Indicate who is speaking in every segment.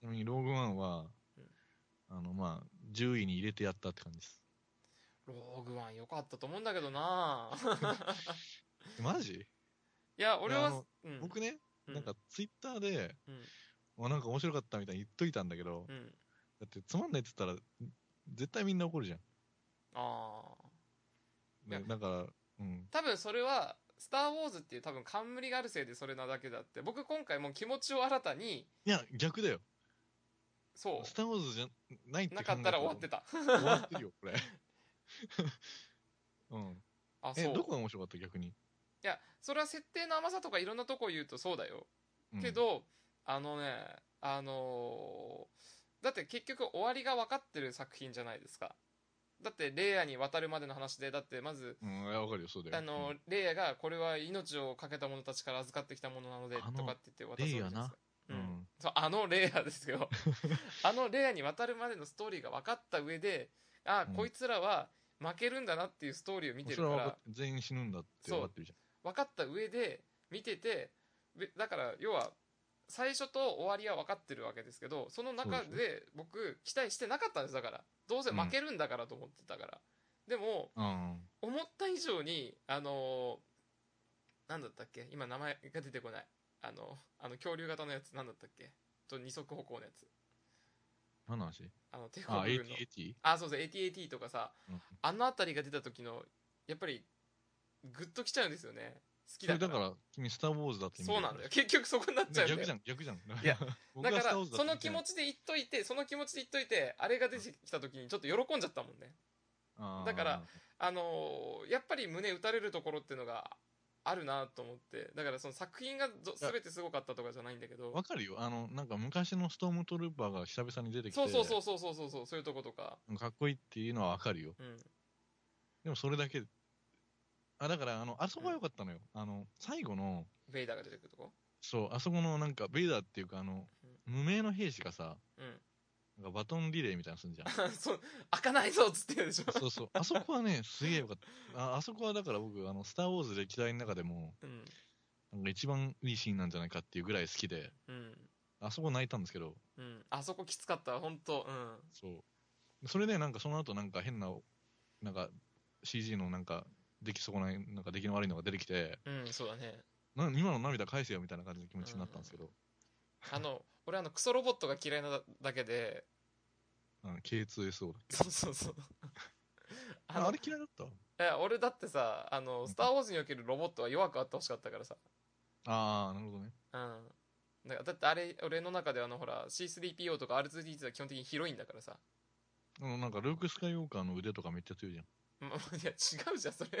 Speaker 1: ちなみにローグワンは、あの、まあ、10位に入れてやったって感じです。
Speaker 2: ローグワン良かったと思うんだけどな
Speaker 1: マジ、
Speaker 2: いや、俺
Speaker 1: いやあ
Speaker 2: は
Speaker 1: の、
Speaker 2: うん、
Speaker 1: 僕ね、
Speaker 2: うん
Speaker 1: なんかツイッターで、
Speaker 2: うん、
Speaker 1: まあ、なんか面白かったみたいに言っといたんだけど、
Speaker 2: うん。
Speaker 1: だってつまんないって言ったら、絶対みんな怒るじゃん。
Speaker 2: ああ。
Speaker 1: ね
Speaker 2: いや
Speaker 1: だから、うん。
Speaker 2: 多分それは、スター・ウォーズっていう多分冠があるせいでそれなだけだって。僕今回もう気持ちを新たに、
Speaker 1: いや、逆だよ。
Speaker 2: そ
Speaker 1: スター・ウォーズじゃないって
Speaker 2: う、なかったら終わって
Speaker 1: た。
Speaker 2: た。
Speaker 1: 終わってるよ、 これ。うん。
Speaker 2: あ、そ
Speaker 1: え、
Speaker 2: う。
Speaker 1: どこが面白かった逆に。
Speaker 2: いや、それは設定の甘さとかいろんなとこ言うとそうだよ。
Speaker 1: うん
Speaker 2: け、ど、あのね、あのーだって結局終わりが分かってる作品じゃないですか。だって、レイヤに渡るまでの話で、だってまず、
Speaker 1: うん、いやわかるよ、そうだよ。
Speaker 2: あの
Speaker 1: うん、
Speaker 2: レイヤがこれは命を懸けた者たちから預かってきたものなので、
Speaker 1: あの
Speaker 2: とかって言って渡すわけじゃないですか。う
Speaker 1: レイヤなうんん、
Speaker 2: そうあのレイヤです けどあのレイヤに渡るまでのストーリーが分かった上であ、
Speaker 1: うん
Speaker 2: こいつらは負けるんだなっていうストーリーを見てる
Speaker 1: そ
Speaker 2: か
Speaker 1: れは分
Speaker 2: ら
Speaker 1: かっ全員死ぬんだって分かってるじゃん。
Speaker 2: 分かった上で見ててべだから要は最初と終わりは分かってるわけですけどその中
Speaker 1: そう
Speaker 2: で僕期待してなかったんですだからどうせ負けるんだからと思ってたから、でも
Speaker 1: うん。
Speaker 2: 思った以上にあのーなんだったっけ今名前が出てこないあのあの恐竜型のやつなんだったっけと二足歩行のやつ
Speaker 1: 何の話
Speaker 2: あの手
Speaker 1: あ、
Speaker 2: こぐの
Speaker 1: AT-AT?
Speaker 2: あそうそう ATAT とかさ
Speaker 1: うん
Speaker 2: あの辺りが出た時のやっぱりグッときちゃうんですよね好き
Speaker 1: そ
Speaker 2: だ
Speaker 1: れ
Speaker 2: か
Speaker 1: だ
Speaker 2: ら
Speaker 1: から、君、スター・ウォーズだって見て
Speaker 2: そうなんだよ。結局そこになっちゃうんだよ。
Speaker 1: 逆じゃん、逆じゃん。
Speaker 2: いや、
Speaker 1: 僕
Speaker 2: だ
Speaker 1: が
Speaker 2: か
Speaker 1: スター・ウォ
Speaker 2: ら、
Speaker 1: ーズだ
Speaker 2: その気持
Speaker 1: ち、
Speaker 2: ちで言っといて、その気持ちで言っといて、あれが出てきた時にちょっと喜んじゃったもんね。
Speaker 1: あー
Speaker 2: だから、あのーやっぱり胸打たれるところっていうのがあるなと思って、だからその作品がぞ全てすごかったとかじゃないんだけど
Speaker 1: わ、かるよ。あの、なんか昔のストームトルーパーが久々に出てきて、
Speaker 2: そうそうそうそうそうそうそう、そういうとことか。
Speaker 1: かっこいいっていうのはわかるよ。
Speaker 2: うん。
Speaker 1: でもそれだけ、あ、だから、あの、あそこが良かったのよ。あの、最後の、
Speaker 2: ベイダーが出てくるとこ。
Speaker 1: そう、あそこのなんか、ベイダーっていうか、あの、無名の兵士がさ、
Speaker 2: うん。
Speaker 1: なんかバトンリレーみたいなのす んじゃん。
Speaker 2: そう、開かないぞっつってるでしょ。
Speaker 1: そうそう。あそこはね、すげえよかった。ああそこはだから僕、あの、スター・ウォーズ歴代の中でも、
Speaker 2: うん。
Speaker 1: なんか一番いいシーンなんじゃないかっていうぐらい好きで、
Speaker 2: うん。
Speaker 1: あそこ泣いたんですけど、
Speaker 2: うん。あそこきつかった、本当うん。
Speaker 1: そう。それでなんかその後なんか変な、なんか CG のなんか、出来損ない、なんか出来の悪いのが出てきて、
Speaker 2: うん、そうだね。
Speaker 1: な今の涙返せよみたいな感じの気持ちになったんですけど、
Speaker 2: あの、俺あの、クソロボットが嫌いなだだけで、
Speaker 1: うん、K2SO だっけ
Speaker 2: そうそうそう。あ
Speaker 1: あ
Speaker 2: の
Speaker 1: あれ嫌いだった
Speaker 2: え俺だってさ、あの、スター・ウォーズにおけるロボットは弱くあってほしかったからさ。
Speaker 1: ああ、なるほどね。
Speaker 2: うん。だからだってあれ、俺の中であの、ほら、C3PO とか R2D2 は基本的にヒロインだからさ。
Speaker 1: あの、なんかルーク・スカイウォーカーの腕とかめっちゃ強いじゃん。
Speaker 2: うんいや、違うじゃん、それ。違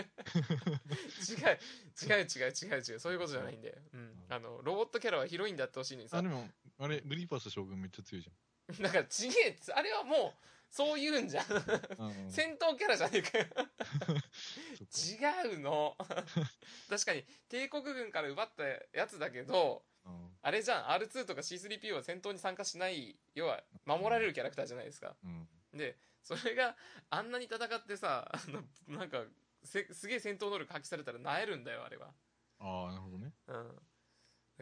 Speaker 2: う、違う、違う、違う、違う。そういうことじゃないんで。うん。あの、ロボットキャラはヒロインだってほしいのに
Speaker 1: あ、
Speaker 2: さ
Speaker 1: で。も、あれ、グリーパス将軍めっちゃ強いじ
Speaker 2: だから、ちげえっつあれはもう、そういうんじゃん。
Speaker 1: ゃん。うん、
Speaker 2: 戦闘キャラじゃねえかよ。
Speaker 1: そっか
Speaker 2: 違うの。確かに、帝国軍から奪ったやつだけど、
Speaker 1: うん
Speaker 2: あれじゃん、R2 とか C3PO は戦闘に参加しない、要は守られるキャラクターじゃないですか。
Speaker 1: うん。
Speaker 2: で、それがあんなに戦ってさ、あの、なんか、せすげえ戦闘能力発揮されたらなえるんだよ、あれは。
Speaker 1: ああ、なるほどね。
Speaker 2: うん。だか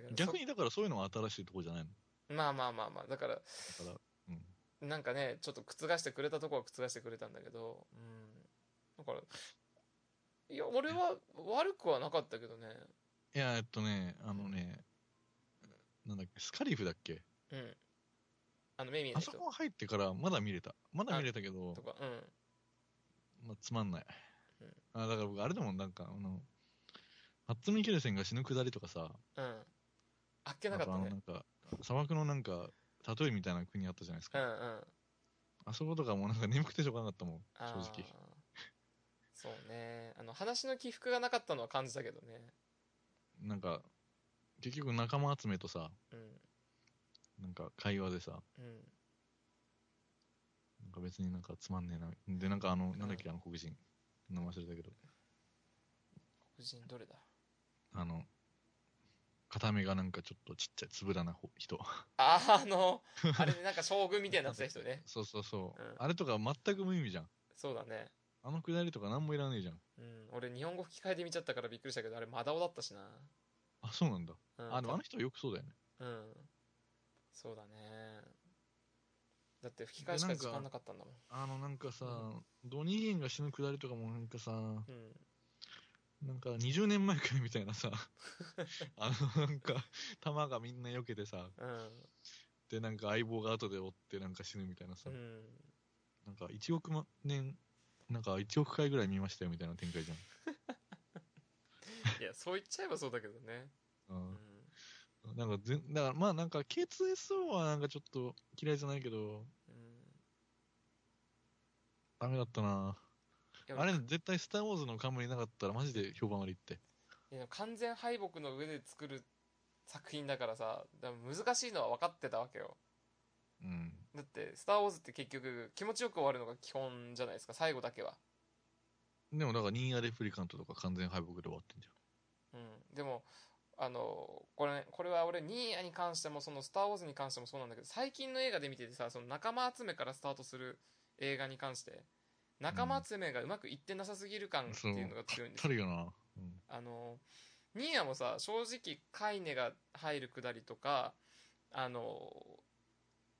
Speaker 2: らそ
Speaker 1: 逆にだからそういうのは新しいとこじゃないの。
Speaker 2: まあまあまあまあ、だから、
Speaker 1: だから、うん。
Speaker 2: なんかね、ちょっと覆してくれたとこは覆してくれたんだけど、うん。だから、いや、俺は悪くはなかったけどね。
Speaker 1: いや、えっとね、あのね、なんだっけ、スカリフだっけ
Speaker 2: うん。あの、目見えな
Speaker 1: あ
Speaker 2: い
Speaker 1: そ
Speaker 2: 人
Speaker 1: こ入ってからまだ見れた。まだ見れたけど
Speaker 2: と、か、うん。
Speaker 1: まあ、つまんない
Speaker 2: うん。
Speaker 1: あだから僕、あれでもん、なんか、あの、ハッツミケルセンが死ぬくだりとかさ、
Speaker 2: うん。あっけな
Speaker 1: あ
Speaker 2: かっ
Speaker 1: と
Speaker 2: た
Speaker 1: あの、な
Speaker 2: ね。
Speaker 1: んか、砂漠のなんか、例えみたいな国あったじゃないです
Speaker 2: うん
Speaker 1: か。
Speaker 2: うん。
Speaker 1: あそことかもうなんか眠くてしょうがなかったもん、
Speaker 2: あー
Speaker 1: 正直。
Speaker 2: そうねあの話の起伏がなかったのは感じたけどね
Speaker 1: なんか、結局仲間集めとさ、
Speaker 2: うん
Speaker 1: なんか会話でさ、
Speaker 2: うん
Speaker 1: なんか別になんかつまんねえな。で、なんかあの、なんだっけ、あの黒人。名前忘れたけど。
Speaker 2: 黒人どれだ
Speaker 1: あの、片目がなんかちょっとちっちゃい、つぶらな方人。
Speaker 2: ああのあれでなんか将軍みたいになってた人 ね
Speaker 1: そうそうそう。
Speaker 2: うん
Speaker 1: あれとか全く無意味じゃん。
Speaker 2: そうだね
Speaker 1: あのくだりとか何もいらねえじゃん。
Speaker 2: うん俺日本語吹き替えで見ちゃったからびっくりしたけどあれマダオだったしな
Speaker 1: あ、そうなんだ。
Speaker 2: うん
Speaker 1: あ、でもあの人はよくそうだよね。
Speaker 2: うんそうだねだって吹き替えしか時間なかったんだもん
Speaker 1: あのなんかさ、
Speaker 2: う
Speaker 1: ドニーゲンが死ぬくだりとかもなんかさ、
Speaker 2: うん
Speaker 1: なんか20年前くらいみたいなさ、 あのなんか、弾がみんな避けてさ、
Speaker 2: うん
Speaker 1: でなんか相棒が後で追ってなんか死ぬみたいなさ、
Speaker 2: うん
Speaker 1: なんか1億万年、なんか1億回ぐらい見ましたよみたいな展開じ
Speaker 2: いやそう言っちゃえばそうだけどね
Speaker 1: ゃん。
Speaker 2: う
Speaker 1: うんんなんかぜん、だからまあなんか K2SO はなんかちょっと嫌いじゃないけど、
Speaker 2: うん
Speaker 1: ダメだったない
Speaker 2: や
Speaker 1: あれ絶対スターウォーズの冠なかったらマジで評判悪いって。
Speaker 2: いや完全敗北の上で作る作品だからさでも難しいのは分かってたわけよ
Speaker 1: うん。
Speaker 2: だって「スター・ウォーズ」って結局気持ちよく終わるのが基本じゃないですか最後だけは
Speaker 1: でもだからニーアレプリカントとか完全敗北で終わってんじ
Speaker 2: うんでもあのこれこれは俺ニーヤに関してもその「スター・ウォーズ」に関してもそうなんだけど最近の映画で見ててさその仲間集めからスタートする映画に関して仲間集めがうまくいってなさすぎる感っていうのが強いんです
Speaker 1: ゃん。
Speaker 2: よ
Speaker 1: 誰よな。うん。
Speaker 2: あのニーヤもさ正直カイネが入るくだりとかあの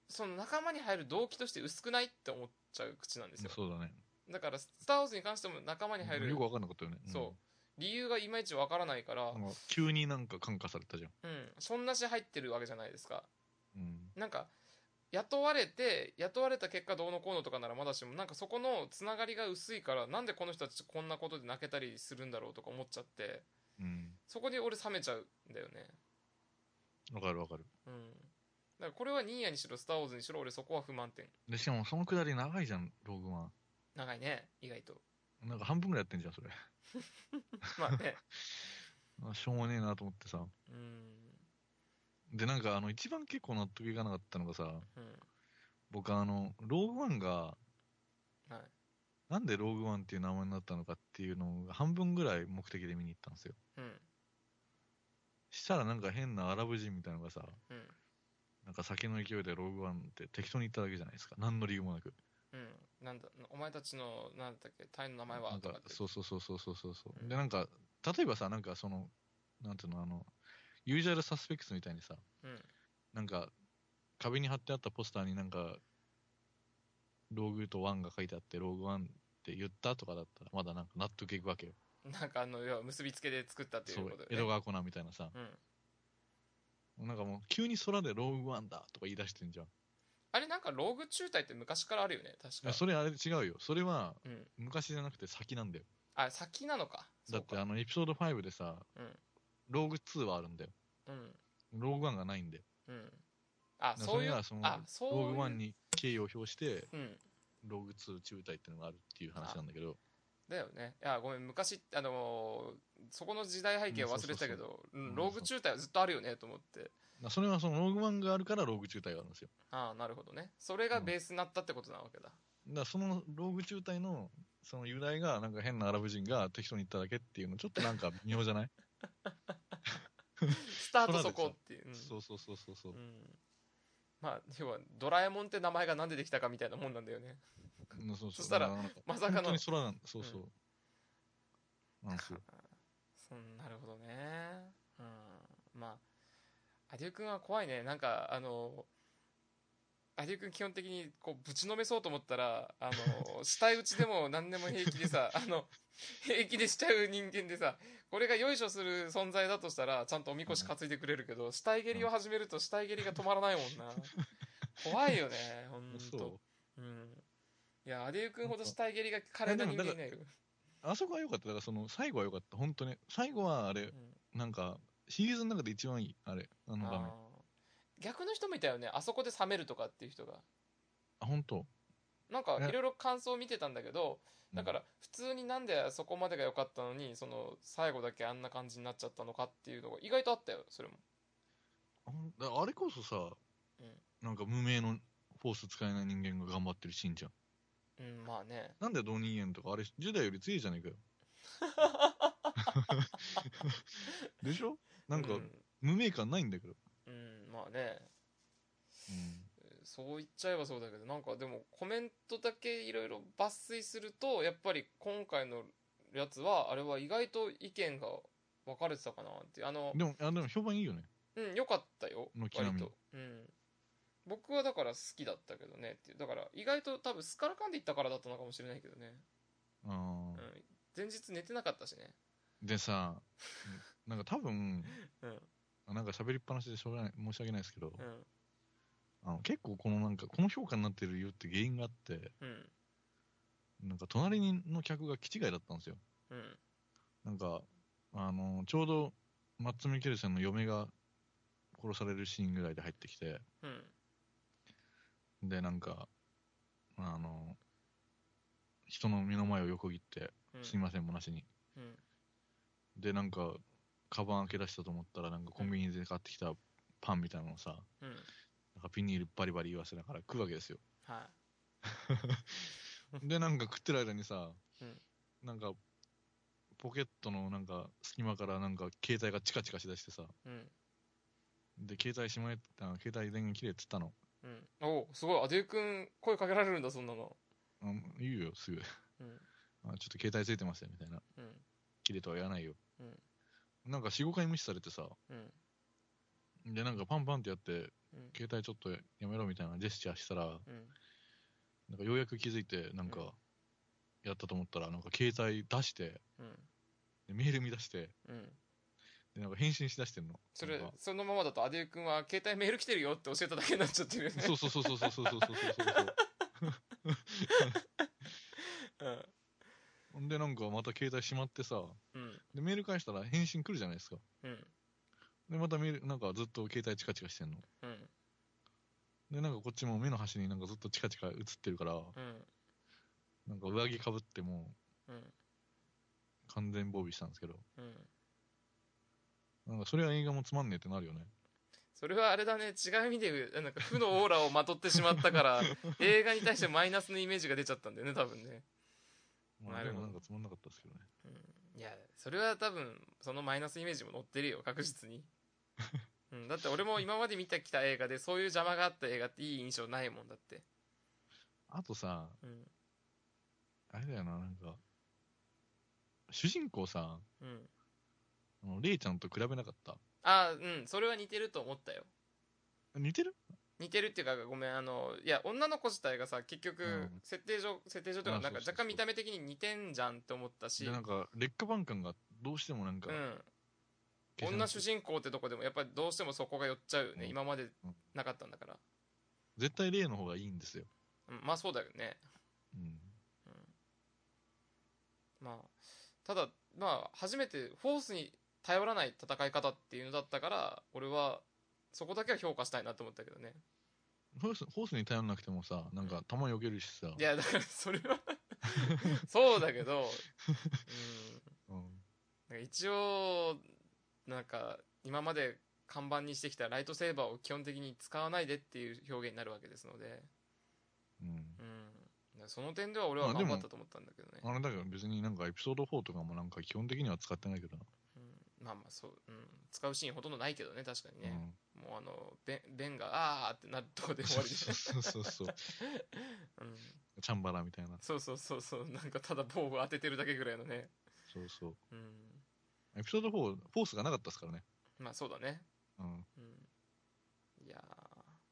Speaker 2: その仲間に入る動機として薄くないって思っちゃう口なんですよ
Speaker 1: そうだね。
Speaker 2: だから「スター・ウォーズ」に関しても仲間に入る
Speaker 1: よくわかんなかったよね。ん
Speaker 2: そ理由がいまいちわからないから、
Speaker 1: なんか急になんか感化されたじゃん。
Speaker 2: うん、そんなし入ってるわけじゃないですか。
Speaker 1: うん。
Speaker 2: なんか、雇われて、雇われた結果どうのこうのとかならまだしも、なんかそこのつながりが薄いから、なんでこの人たちこんなことで泣けたりするんだろうとか思っちゃって、
Speaker 1: うん。
Speaker 2: そこで俺冷めちゃうんだよね。
Speaker 1: わかるわかる。
Speaker 2: うん。だからこれはニーヤにしろ、スター・ウォーズにしろ、俺そこは不満点。
Speaker 1: で、しかもそのくだり長いじゃん、ローグマ
Speaker 2: 長いね、意外と。
Speaker 1: ン。なんか半分ぐらいやってんじゃん、それ。
Speaker 2: ま あね。
Speaker 1: あしょうもねえなと思ってさ。
Speaker 2: うん。
Speaker 1: で、なんかあの、一番結構納得いかなかったのがさ、
Speaker 2: うん。
Speaker 1: 僕あの、ローグワンが、
Speaker 2: はい。
Speaker 1: なんでローグワンっていう名前になったのかっていうのが半分ぐらい目的で見に行ったんですよ。
Speaker 2: うん。
Speaker 1: したらなんか変なアラブ人みたいなのがさ、
Speaker 2: うん。
Speaker 1: なんか酒の勢いでローグワンって適当に言っただけじゃないですか。何の理由もなく。
Speaker 2: うん。なんだ、お前たちの、なんだっけ、隊員の名前
Speaker 1: な
Speaker 2: は
Speaker 1: ん
Speaker 2: と
Speaker 1: か
Speaker 2: かって。
Speaker 1: そうそうそうそうそうそうそうう。
Speaker 2: ん
Speaker 1: で、なんか、例えばさ、なんかその、なんていうの、あの、ユージュアルサスペクスみたいにさ、
Speaker 2: うん。
Speaker 1: なんか、壁に貼ってあったポスターになんか、ローグとワンが書いてあって、ローグワンって言ったとかだったら、まだなんか納得いくわけよ。
Speaker 2: なんかあの、要は結びつけで作ったってい
Speaker 1: そう
Speaker 2: こ
Speaker 1: う
Speaker 2: と、で、
Speaker 1: 江戸川コナンみたいなさ、
Speaker 2: うん。
Speaker 1: なんかもう急に空でローグワンだとか言い出してんじゃん。
Speaker 2: あれなんかローグ中隊って昔からあるよね、確
Speaker 1: いや
Speaker 2: か。
Speaker 1: それあれ違うよ。それは
Speaker 2: うん。
Speaker 1: 昔じゃなくて先なんだよ。
Speaker 2: あ、先なのか。
Speaker 1: だってあのエピソード5でさ、
Speaker 2: うん
Speaker 1: ローグ2はあるんだよ。
Speaker 2: そうかうん。
Speaker 1: ローグワンがないんだよ。
Speaker 2: うん。あ、
Speaker 1: だからそ
Speaker 2: そう
Speaker 1: れ
Speaker 2: いう。
Speaker 1: がその
Speaker 2: あ、そういう。
Speaker 1: ローグワンに敬意を表して、
Speaker 2: うん。
Speaker 1: ローグ2中退っていうのがあるっていう話なんだけど、
Speaker 2: だよね。いや、ごめん、昔、あのーそこの時代背景は忘れてたけど、うんローグ中隊はずっとあるよね、と思って。
Speaker 1: なそれはそのローグワンがあるからローグ中退があるんですよ。
Speaker 2: ああ、なるほどね。それがベースになったってことなわけだ。
Speaker 1: だからそのローグ中隊のその由来がなんか変なアラブ人が適当に言っただけっていうのちょっとなんか微妙じゃない、
Speaker 2: スタートそこっていう。うん
Speaker 1: そうそうそうそうそう
Speaker 2: う、ん。まあ、要は、ドラえもんって名前がなんでできたかみたいなもんなんだよね。
Speaker 1: うんそうそう
Speaker 2: そしたら
Speaker 1: だからなんか
Speaker 2: まさか
Speaker 1: 本
Speaker 2: の
Speaker 1: 当に。空なんそうそう、なんですよ
Speaker 2: うんなるほどねうんまあアデュー君は怖いねなんかあのアデュー君基本的にこうぶちのめそうと思ったらあ の死体打ちでも何でも平気で さあの平気でしちゃう人間でさこれがよいしょする存在だとしたらちゃんとおみこし担いでくれるけど死体蹴りを始めると死体蹴りが止まらないもんな怖いよねほん
Speaker 1: そう
Speaker 2: とうんいやアデュー君ほど死体蹴りが枯れた人間いないよ、
Speaker 1: あそこは良かっただからその最後は良かった本当に最後はあれなんかシリーズの中で一番いいあれあの
Speaker 2: あ
Speaker 1: 場面あ
Speaker 2: ー逆の人もいたよねあそこで冷めるとかっていう人が
Speaker 1: 本当
Speaker 2: なんか
Speaker 1: ね
Speaker 2: いろいろ感想を見てたんだけどだから普通になんでそこまでが良かったのにその最後だけあんな感じになっちゃったのかっていうのが意外とあったよそれも
Speaker 1: あんだあれこそさ、
Speaker 2: うん
Speaker 1: なんか無名のフォース使えない人間が頑張ってるシーンじゃん
Speaker 2: うんまあね
Speaker 1: なんでドニーゲンとかあれジェダイより強いじゃね えかよでしょなんか
Speaker 2: うん、
Speaker 1: 無名感ないんだけど、
Speaker 2: うんまあね
Speaker 1: うん
Speaker 2: そう言っちゃえばそうだけどなんかでもコメントだけいろいろ抜粋するとやっぱり今回のやつはあれは意外と意見が分かれてたかなっていうあの
Speaker 1: でもあでも評判いいよね
Speaker 2: うん良かったよ
Speaker 1: 軒並
Speaker 2: 割
Speaker 1: み
Speaker 2: とうん僕はだから好きだったけどねっていうだから意外と多分すっからかんでいったからだったのかもしれないけどね、
Speaker 1: うん
Speaker 2: うん、前日寝てなかったしね
Speaker 1: でさ、なんか多分、
Speaker 2: うん
Speaker 1: なんか喋りっぱなしでしょうがない、申し訳ないですけど、
Speaker 2: うん
Speaker 1: あの結構このなんか、この評価になってるよって原因があって、
Speaker 2: うん
Speaker 1: なんか隣の客が気違いだったんですよ。
Speaker 2: うん
Speaker 1: なんか、あの、ちょうど、マッツ・ミケルセンの嫁が殺されるシーンぐらいで入ってきて、
Speaker 2: うん
Speaker 1: で、なんか、あの、人の目の前を横切って、
Speaker 2: うん
Speaker 1: すいませんもなしに。
Speaker 2: うん
Speaker 1: で、なんか、カバン開け出したと思ったら、なんかコンビニで買ってきたパンみたいなのをさ、
Speaker 2: うん
Speaker 1: なんかビニールバリバリ言わせながら食うわけですよ。
Speaker 2: は
Speaker 1: で、なんか食ってる間にさ、
Speaker 2: うん
Speaker 1: なんか、ポケットのなんか隙間からなんか携帯がチカチカしだしてさ、
Speaker 2: いうん
Speaker 1: で、携帯しまえた携帯電源切れって言ったの。
Speaker 2: うんおおすごいアデュー君声かけられるんだそんなの
Speaker 1: うん、言うよ、すぐ。
Speaker 2: うん
Speaker 1: あちょっと携帯ついてましたよ、みたいな。
Speaker 2: うん
Speaker 1: 切れとは言わないよ。
Speaker 2: うん
Speaker 1: なんか4、5回無視されてさ、
Speaker 2: うん
Speaker 1: で、なんかパンパンってやって、
Speaker 2: うん
Speaker 1: 携帯ちょっとやめろみたいなジェスチャーしたら、
Speaker 2: うん
Speaker 1: なんかようやく気づいて、なん
Speaker 2: うん
Speaker 1: か、やったと思ったら、なんか携帯出して、
Speaker 2: うん
Speaker 1: でメール見出して、
Speaker 2: うん
Speaker 1: で、なんか返信しだしてんの。
Speaker 2: そ
Speaker 1: な
Speaker 2: れ
Speaker 1: んか
Speaker 2: そのままだとアデュー君は携帯メール来てるよって教えただけになっちゃってるよね
Speaker 1: そうそうそうそうそうそうそうそう
Speaker 2: うん
Speaker 1: そう。んで、なんかまた携帯しまってさ、
Speaker 2: うん
Speaker 1: で、メール返したら返信来るじゃないですか。
Speaker 2: うん
Speaker 1: で、またメール、なんかずっと携帯チカチカしてんの。
Speaker 2: うん
Speaker 1: で、なんかこっちも目の端になんかずっとチカチカ映ってるから、
Speaker 2: うん
Speaker 1: なんか上着かぶっても
Speaker 2: うん
Speaker 1: う完全防備したんですけど、
Speaker 2: うん
Speaker 1: なんかそれは映画もつまんねえってなるよね。
Speaker 2: それはあれだね違う意味でなんか負のオーラをまとってしまったから 映画に対してマイナスのイメージが出ちゃったんだよね多分ね、
Speaker 1: ま
Speaker 2: な
Speaker 1: あ、
Speaker 2: る
Speaker 1: で
Speaker 2: ほ
Speaker 1: も
Speaker 2: ど
Speaker 1: なんかつまんなかったですけどね。
Speaker 2: うん、いやそれは多分そのマイナスイメージも載ってるよ確 実に、うん、だって俺も今まで見てきた映画でそういう邪魔があった映画っていい印象ないもんだって、
Speaker 1: あとさ、
Speaker 2: うん
Speaker 1: あれだよな、なんか、主人公さ、
Speaker 2: うん、
Speaker 1: あのレイちゃんと比べなかった。
Speaker 2: あうんそれは似てると思ったよ
Speaker 1: 似てる
Speaker 2: 似てるっていうかごめんあのいや女の子自体がさ結
Speaker 1: う
Speaker 2: 局
Speaker 1: ん
Speaker 2: 設定上、設定上とい
Speaker 1: あ
Speaker 2: うかなんか
Speaker 1: そうそうそう
Speaker 2: 若干見た目的に似てんじゃんって思ったし
Speaker 1: で、なんか劣化版感がどうしてもなんか、
Speaker 2: うん、
Speaker 1: 消せな
Speaker 2: 女
Speaker 1: くて
Speaker 2: 主人公ってとこでもやっぱりどうしてもそこが寄っちゃうよね、
Speaker 1: うん
Speaker 2: 今までなかったんだから、
Speaker 1: 絶対例の方がいいんですよ。
Speaker 2: うん、まあそうだよね
Speaker 1: うん。
Speaker 2: まあただまあ初めてフォースに頼らない戦い方っていうのだったから俺はそこだけは評価したいなと思ったけどね
Speaker 1: ホースホースに頼んなくてもさ、なんか弾避けるしさ、
Speaker 2: いやだからそれは そうだけど
Speaker 1: うん、
Speaker 2: うんなんか一応なんか今まで看板にしてきたライトセーバーを基本的に使わないでっていう表現になるわけですので
Speaker 1: うん。
Speaker 2: うん、その点では俺は
Speaker 1: まあで
Speaker 2: 頑
Speaker 1: も
Speaker 2: 張ったと思ったんだけどね、
Speaker 1: あれだけど別になんかエピソード4とかもなんか基本的には使ってないけどな。
Speaker 2: うん、まあまあそう、うん、使うシーンほとんどないけどね確かにね、
Speaker 1: う
Speaker 2: もうあのベンベンが「あー」ってなるとこで
Speaker 1: ん。
Speaker 2: 終
Speaker 1: そ
Speaker 2: わ
Speaker 1: う
Speaker 2: りで、
Speaker 1: そうそうそう。
Speaker 2: うん、
Speaker 1: チャンバラみたいな。
Speaker 2: そうそうそうそうなんかただ棒を当ててるだけぐらいのね
Speaker 1: そうそう。
Speaker 2: うん
Speaker 1: エピソード4、フォースがなかったですからね。
Speaker 2: まあそうだね、
Speaker 1: うん。
Speaker 2: うん、いやー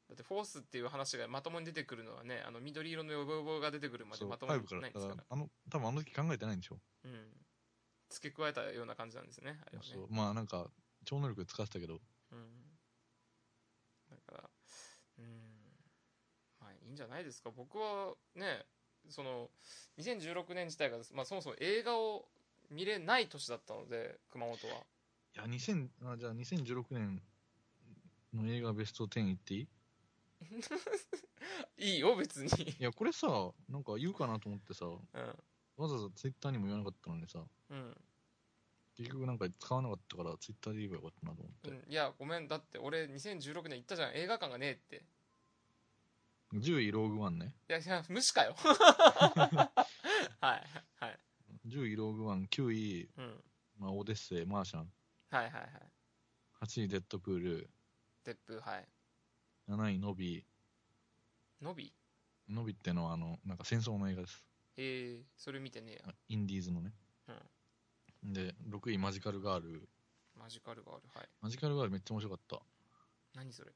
Speaker 2: だってフォースっていう話がまともに出てくるのはねあの緑色のヨボヨボが出てくるまで
Speaker 1: そう、
Speaker 2: まとも
Speaker 1: 5
Speaker 2: に
Speaker 1: から。
Speaker 2: な
Speaker 1: だ
Speaker 2: いん
Speaker 1: か
Speaker 2: ですからら、、
Speaker 1: あの、多分あの時考えてないんでしょ。
Speaker 2: うん、付け加えたような感じなんですねあれはね
Speaker 1: そう。まあなんか、超能力使ってたけど、
Speaker 2: うんだから、うん、まあいいんじゃないですか、僕はね、その2016年自体が、まあ、そもそも映画を見れない年だったので、熊本は。
Speaker 1: いや、2000、あじゃあ2016年の映画ベスト10いっていい
Speaker 2: いいよ、別に。
Speaker 1: いや、これさ、なんか言うかなと思ってさ、
Speaker 2: うん、
Speaker 1: わざわざツイッターにも言わなかったのにさ、
Speaker 2: うん
Speaker 1: 結局なんか使わなかったからツイッターで言えばよかったなと思って。
Speaker 2: うん、いや、ごめん、だって俺、2016年行ったじゃん、映画館がねえって。
Speaker 1: 10位ローグワンね。
Speaker 2: いや、いや無視かよ。はい、はい、
Speaker 1: 10位ローグワン、9位、
Speaker 2: うん、
Speaker 1: まあ、オデッセイ、マーシャン。
Speaker 2: はい、はい、はい。
Speaker 1: 8位、デッドプール。
Speaker 2: デップ、はい。
Speaker 1: 7位、ノビ
Speaker 2: のび
Speaker 1: ー。ノビってのは、あの、なんか戦争の映画です。
Speaker 2: えー、それ見てねえや。
Speaker 1: インディーズのね。で、6位、マジカルガール。
Speaker 2: マジカルがある、はい。
Speaker 1: マジカルガールめっちゃ面白かっ
Speaker 2: 何それ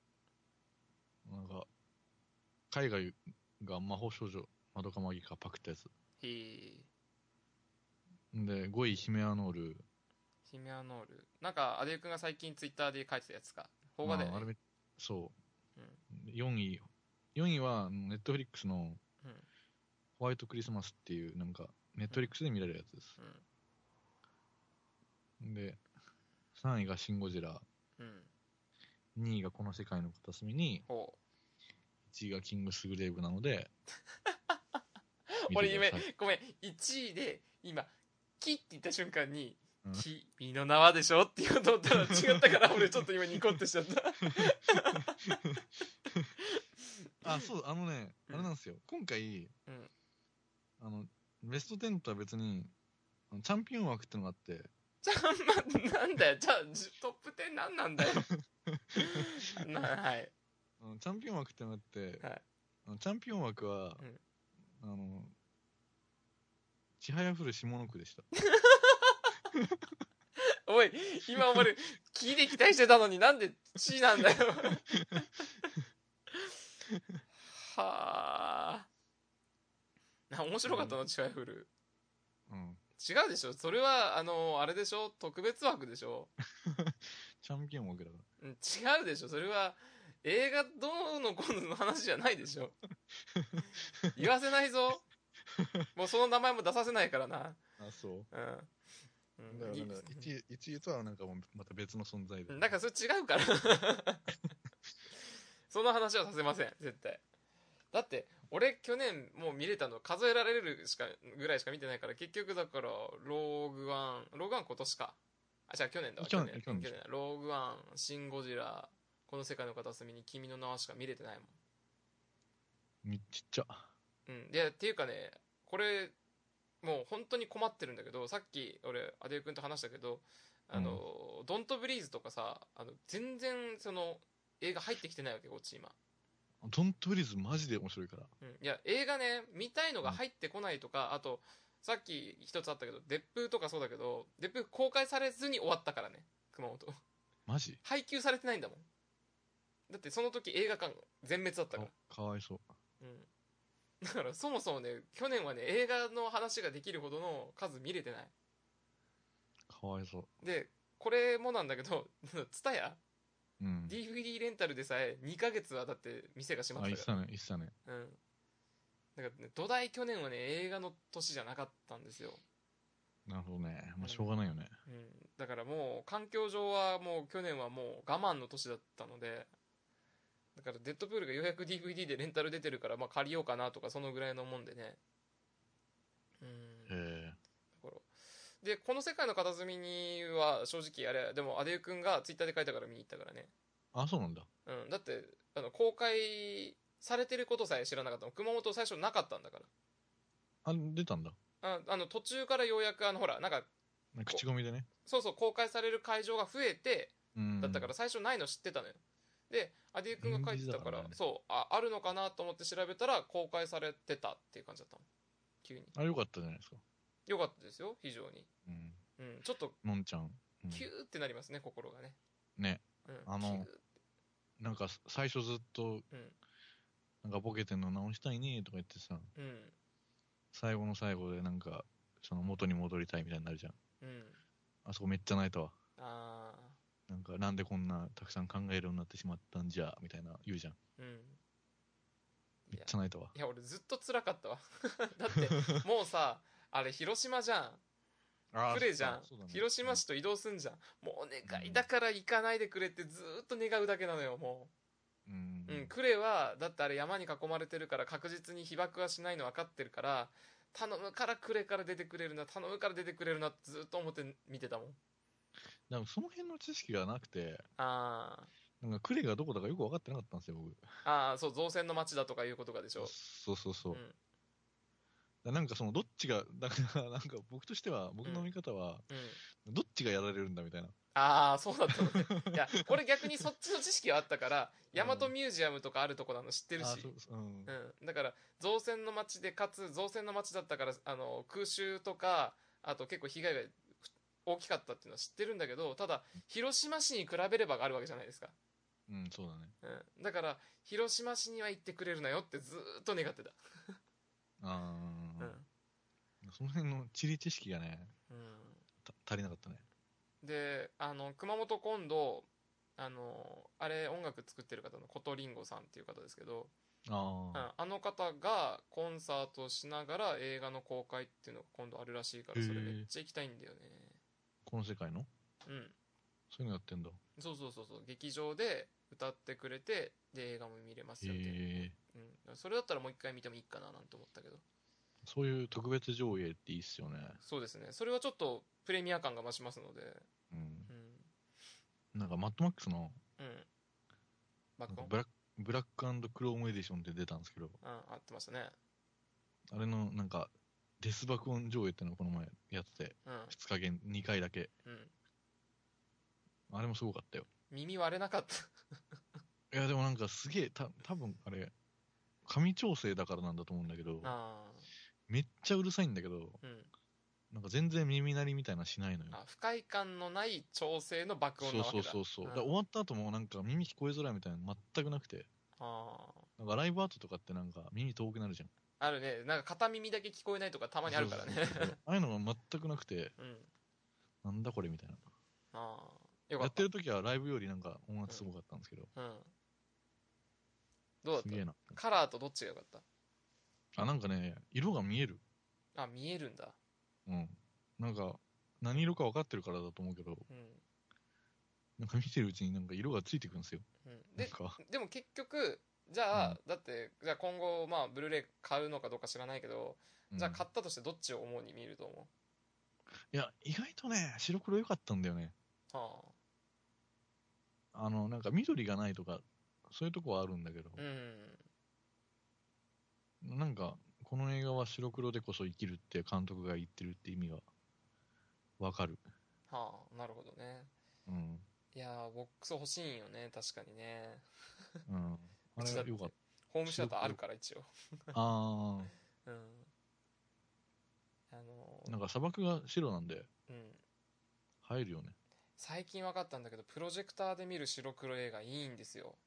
Speaker 1: た。なんか、海外が魔法少女、マドカマギカパクったやつ。
Speaker 2: ひー
Speaker 1: で、5位、ヒメアノール。
Speaker 2: ヒメアノールなんかアデュ君が最近ツイッターで書いてたやつか邦画だよ
Speaker 1: まああれ
Speaker 2: ね
Speaker 1: めそうう。4位、4位は、ネットフリックスの
Speaker 2: うん
Speaker 1: ホワイトクリスマスっていう、なんか、ネットフリックスで見られるやつです。で、3位がシン・ゴジラ、
Speaker 2: うんうん
Speaker 1: 2位がこの世界の片隅に、
Speaker 2: ほう
Speaker 1: 1位がキングスグレーブなので、見
Speaker 2: 俺
Speaker 1: てくだ
Speaker 2: 夢
Speaker 1: さい
Speaker 2: ごめん1位で今「キ」って言った瞬間に
Speaker 1: うん
Speaker 2: 「君の名は」でしょって言おうと思ったら違ったから俺ちょっと今ニコってしちゃった
Speaker 1: あ、そう、あのね、
Speaker 2: う
Speaker 1: あ
Speaker 2: ん
Speaker 1: れなんですよ。今回、
Speaker 2: うん
Speaker 1: あの、ベスト10とは別に、あのチャンピオン枠ってのがあって、
Speaker 2: じゃあ、ま、なんだよじゃあじトップ10何なんだよなはい
Speaker 1: あのチャンピオン枠ってのがあって、
Speaker 2: はい
Speaker 1: あのチャンピオン枠は、あの、ちはやふる下の句でした。
Speaker 2: おい今俺「キ」で期待してたのになんで「チ」なんだよはあな面白かったのチワイフル
Speaker 1: うん。
Speaker 2: 違うでしょそれはあのあれでしょ特別枠でしょ、
Speaker 1: チャンピオン枠だから。
Speaker 2: うん、違うでしょそれは映画どうのこうのの話じゃないでしょ言わせないぞもうその名前も出させないからな
Speaker 1: あ、そう。
Speaker 2: うん、うん
Speaker 1: だから
Speaker 2: い
Speaker 1: ないんか
Speaker 2: ですね
Speaker 1: 1位、1位とはなんかもうまた別の存在で。
Speaker 2: だからそれ違うから その話はさせません絶対だって俺去年もう見れたの数えられるしかぐらいしか見てないから結局だからローグワンローグワン今年かあ違う去年だわ
Speaker 1: 去年
Speaker 2: 去年
Speaker 1: 去年
Speaker 2: だローグワンシン・ゴジラこの世界の片隅に君の名はしか見れてないもん
Speaker 1: みちっちゃ。
Speaker 2: うん、でっていうかねこれもう本当に困ってるんだけどさっき俺アデュー君と話したけど「あのドント・ブリーズ」とかさあの全然その映画入ってきてないわけこっち今、
Speaker 1: ドントブリーズマジで面白いから。
Speaker 2: うん、いや映画ね見たいのが入ってこないとかあとさっき一つあったけど「デップ」とかそうだけど「デップ」公開されずに終わったからね熊本
Speaker 1: マジ
Speaker 2: 配給されてないんだもんだってその時映画館全滅だったから
Speaker 1: かかわいそう。
Speaker 2: うん、だからそもそもね去年はね映画の話ができるほどの数見れてない
Speaker 1: かわいそう。
Speaker 2: でこれもなんだけど TSUTAYA
Speaker 1: うん。
Speaker 2: DVD レンタルでさえ2ヶ月はだって店が閉ま
Speaker 1: あ、
Speaker 2: っ
Speaker 1: い
Speaker 2: て
Speaker 1: った
Speaker 2: か
Speaker 1: たね、いったね。
Speaker 2: らうんだからね土台去年はね映画の年じゃなかったんですよ、
Speaker 1: なるほどね。ま
Speaker 2: うん
Speaker 1: あ、しょうがないよね。
Speaker 2: うん、だからもう環境上はもう去年はもう我慢の年だったのでだからデッドプールがようやく DVD でレンタル出てるからまあ借りようかなとかそのぐらいのもんでねうん
Speaker 1: へ
Speaker 2: ところでこの世界の片隅には正直あれでもアデュー君がツイッターで書いたから見に行ったからね、
Speaker 1: ーあ、そうなんだ。
Speaker 2: うん、だってあの公開されてることさえ知らなかったの熊本最初なかったんだか
Speaker 1: あ、出たんだ。
Speaker 2: らああの途中からようやくあのほらなんか
Speaker 1: 口コミでね。
Speaker 2: そうそう公開される会場が増えて
Speaker 1: うん。
Speaker 2: だったから最初ないの知ってたのよでアデュー君が書いてたから
Speaker 1: 現実だからね
Speaker 2: そうああるのかなと思って調べたら公開されてたっていう感じだったの急に
Speaker 1: あ、よかったじゃないですか。
Speaker 2: よかったですよ非常に、
Speaker 1: うん。
Speaker 2: うん、ちょっと
Speaker 1: のんちゃん。うん
Speaker 2: キューってなりますね心がね
Speaker 1: ね、
Speaker 2: うん、
Speaker 1: あの
Speaker 2: キュー
Speaker 1: なんか、最初ずっと、
Speaker 2: うん
Speaker 1: なんかボケてんの直したいねとか言ってさ、
Speaker 2: うん
Speaker 1: 最後の最後でなんか、その元に戻りたいみたいになるじゃん。
Speaker 2: うん
Speaker 1: あそこめっちゃ泣いたわ。
Speaker 2: ああ
Speaker 1: なんか、なんでこんなたくさん考えるようになってしまったんじゃ、みたいな言うじゃん。
Speaker 2: うんい
Speaker 1: めっ
Speaker 2: や
Speaker 1: ちゃ泣いたわ。
Speaker 2: いや俺ずっと辛かったわ だって もうさあれ広島じゃ
Speaker 1: あ
Speaker 2: ん
Speaker 1: ー
Speaker 2: 呉じゃん、
Speaker 1: そうだね
Speaker 2: 広島市と移動すんじゃんもうお願いだから行かないでくれってずーっと願うだけなのよも
Speaker 1: うん
Speaker 2: う、うん、呉はだってあれ山に囲まれてるから確実に被爆はしないの分かってるから頼むから呉から出てくれるな頼むから出てくれるなってずーっと思って見てたもん
Speaker 1: でもその辺の知識がなくて、
Speaker 2: あー
Speaker 1: なんかクレがどこだかよく分かってなかったんですよ、僕。
Speaker 2: あーそう造船の町だとかいうことがでしょ
Speaker 1: そうそうそう。
Speaker 2: うん
Speaker 1: だなんかそのどっちが、だからなんか僕としては、僕の見方は、
Speaker 2: うん
Speaker 1: どっちがやられるんだみたいな。
Speaker 2: ああそうだったのね いやこれ逆にそっちの知識はあったから
Speaker 1: うん
Speaker 2: 大和ミュージアムとかあるとこなの知ってる
Speaker 1: あ
Speaker 2: し
Speaker 1: そうそううん。
Speaker 2: うん、だから造船の町でかつ造船の町だったからあの空襲とかあと結構被害が大きかったっていうのは知ってるんだけどただ広島市に比べればがあるわけじゃないですか
Speaker 1: うん、そうだね。
Speaker 2: うん、だから広島市には行ってくれるなよってずーっと願ってた、
Speaker 1: あ
Speaker 2: う
Speaker 1: あ、
Speaker 2: ん
Speaker 1: その辺の地理知識がね、
Speaker 2: うん、
Speaker 1: た足りなかったね。
Speaker 2: であの熊本今度あのあれ音楽作ってる方のコトリンゴさんっていう方ですけど、
Speaker 1: あ
Speaker 2: うん
Speaker 1: あ、
Speaker 2: あの方がコンサートをしながら映画の公開っていうのが今度あるらしいからそれ
Speaker 1: へえ
Speaker 2: めっちゃ行きたいんだよね
Speaker 1: この世界の
Speaker 2: うん
Speaker 1: そういうのやってんだ。
Speaker 2: そうそうそうそう劇場で歌ってくれてで映画も見れます
Speaker 1: へ
Speaker 2: よって、
Speaker 1: え
Speaker 2: うん、それだったらもう一回見てもいいかななんて思ったけど
Speaker 1: そういう特別上映っていいっすよね。
Speaker 2: そうですねそれはちょっとプレミア感が増しますので
Speaker 1: うん。
Speaker 2: う
Speaker 1: なんか、マッドマックスの
Speaker 2: んうんバ
Speaker 1: なん
Speaker 2: ック
Speaker 1: か
Speaker 2: オン
Speaker 1: ブラックブラッククロームエディションって出たんですけど、
Speaker 2: うん合ってましたね
Speaker 1: あれのなんか、デス爆音上映ってのをこの前やってて、
Speaker 2: うん
Speaker 1: 2日限、2回だけ。
Speaker 2: うん
Speaker 1: あれもすごかったよ。
Speaker 2: 耳割れなかった
Speaker 1: いや、でもなんかすげえ、た多分あれ、紙調整だからなんだと思うんだけど、
Speaker 2: あ
Speaker 1: めっちゃうるさいんだけど、
Speaker 2: あ、うん、
Speaker 1: なんか全然耳鳴りみたいなのしないのよ。
Speaker 2: あ不快感のない調整の爆音
Speaker 1: そ
Speaker 2: な
Speaker 1: うそ
Speaker 2: わけ
Speaker 1: う
Speaker 2: だ
Speaker 1: そうそう。
Speaker 2: うん
Speaker 1: だから終わった後もなんか耳聞こえづらいみたいなの全くなくて。
Speaker 2: あ
Speaker 1: なんかライブアートとかってなんか耳遠くなる じゃん。
Speaker 2: ああるねなんか片耳だけ聞こえないとかたまにあるからね
Speaker 1: そうそうそうああいうのが全くなくて、
Speaker 2: うん
Speaker 1: なんだこれみたいな。
Speaker 2: ああよか
Speaker 1: やっ
Speaker 2: っ
Speaker 1: たてる時はライブよりなんか音圧すごかったんですけど、
Speaker 2: うん、どう
Speaker 1: す
Speaker 2: だ
Speaker 1: げ
Speaker 2: っ
Speaker 1: えな。
Speaker 2: たカラーとどっちがよかっ
Speaker 1: あ、なんかね、色が見える。
Speaker 2: たあ見えるんだ
Speaker 1: うん。なんか、何色か分かってるからだと思うけど、
Speaker 2: うん、
Speaker 1: なんか見てるうちになんか色がついてくるんですよ。
Speaker 2: うん、
Speaker 1: なん
Speaker 2: で
Speaker 1: か、
Speaker 2: でも結局じゃあ、
Speaker 1: うん
Speaker 2: だってじゃあ今後まあブルーレイ買うのかどうか知らないけど、じゃあ
Speaker 1: うん
Speaker 2: 買ったとしてどっちを思うに見えると思
Speaker 1: いや、意外とね、白黒良かったんだよね。
Speaker 2: うは
Speaker 1: あの、なんか緑がないとか、そういうとこはあるんだけど、
Speaker 2: あうん
Speaker 1: なんか、この映画は白黒でこそ生きるって監督が言ってるって意味が分かる。
Speaker 2: はあなるほどね
Speaker 1: うん。
Speaker 2: いやーボックス欲しいんよね確かにね
Speaker 1: うん。あれ
Speaker 2: うちだって
Speaker 1: 良かっ
Speaker 2: ホームシアターあるから一応
Speaker 1: た。あ
Speaker 2: うんあ
Speaker 1: あ、
Speaker 2: の
Speaker 1: なんか砂漠が白なんで、
Speaker 2: ーうん
Speaker 1: 入るよね。
Speaker 2: 最近分かったんだけどプロジェクターで見る白黒映画いいんですよ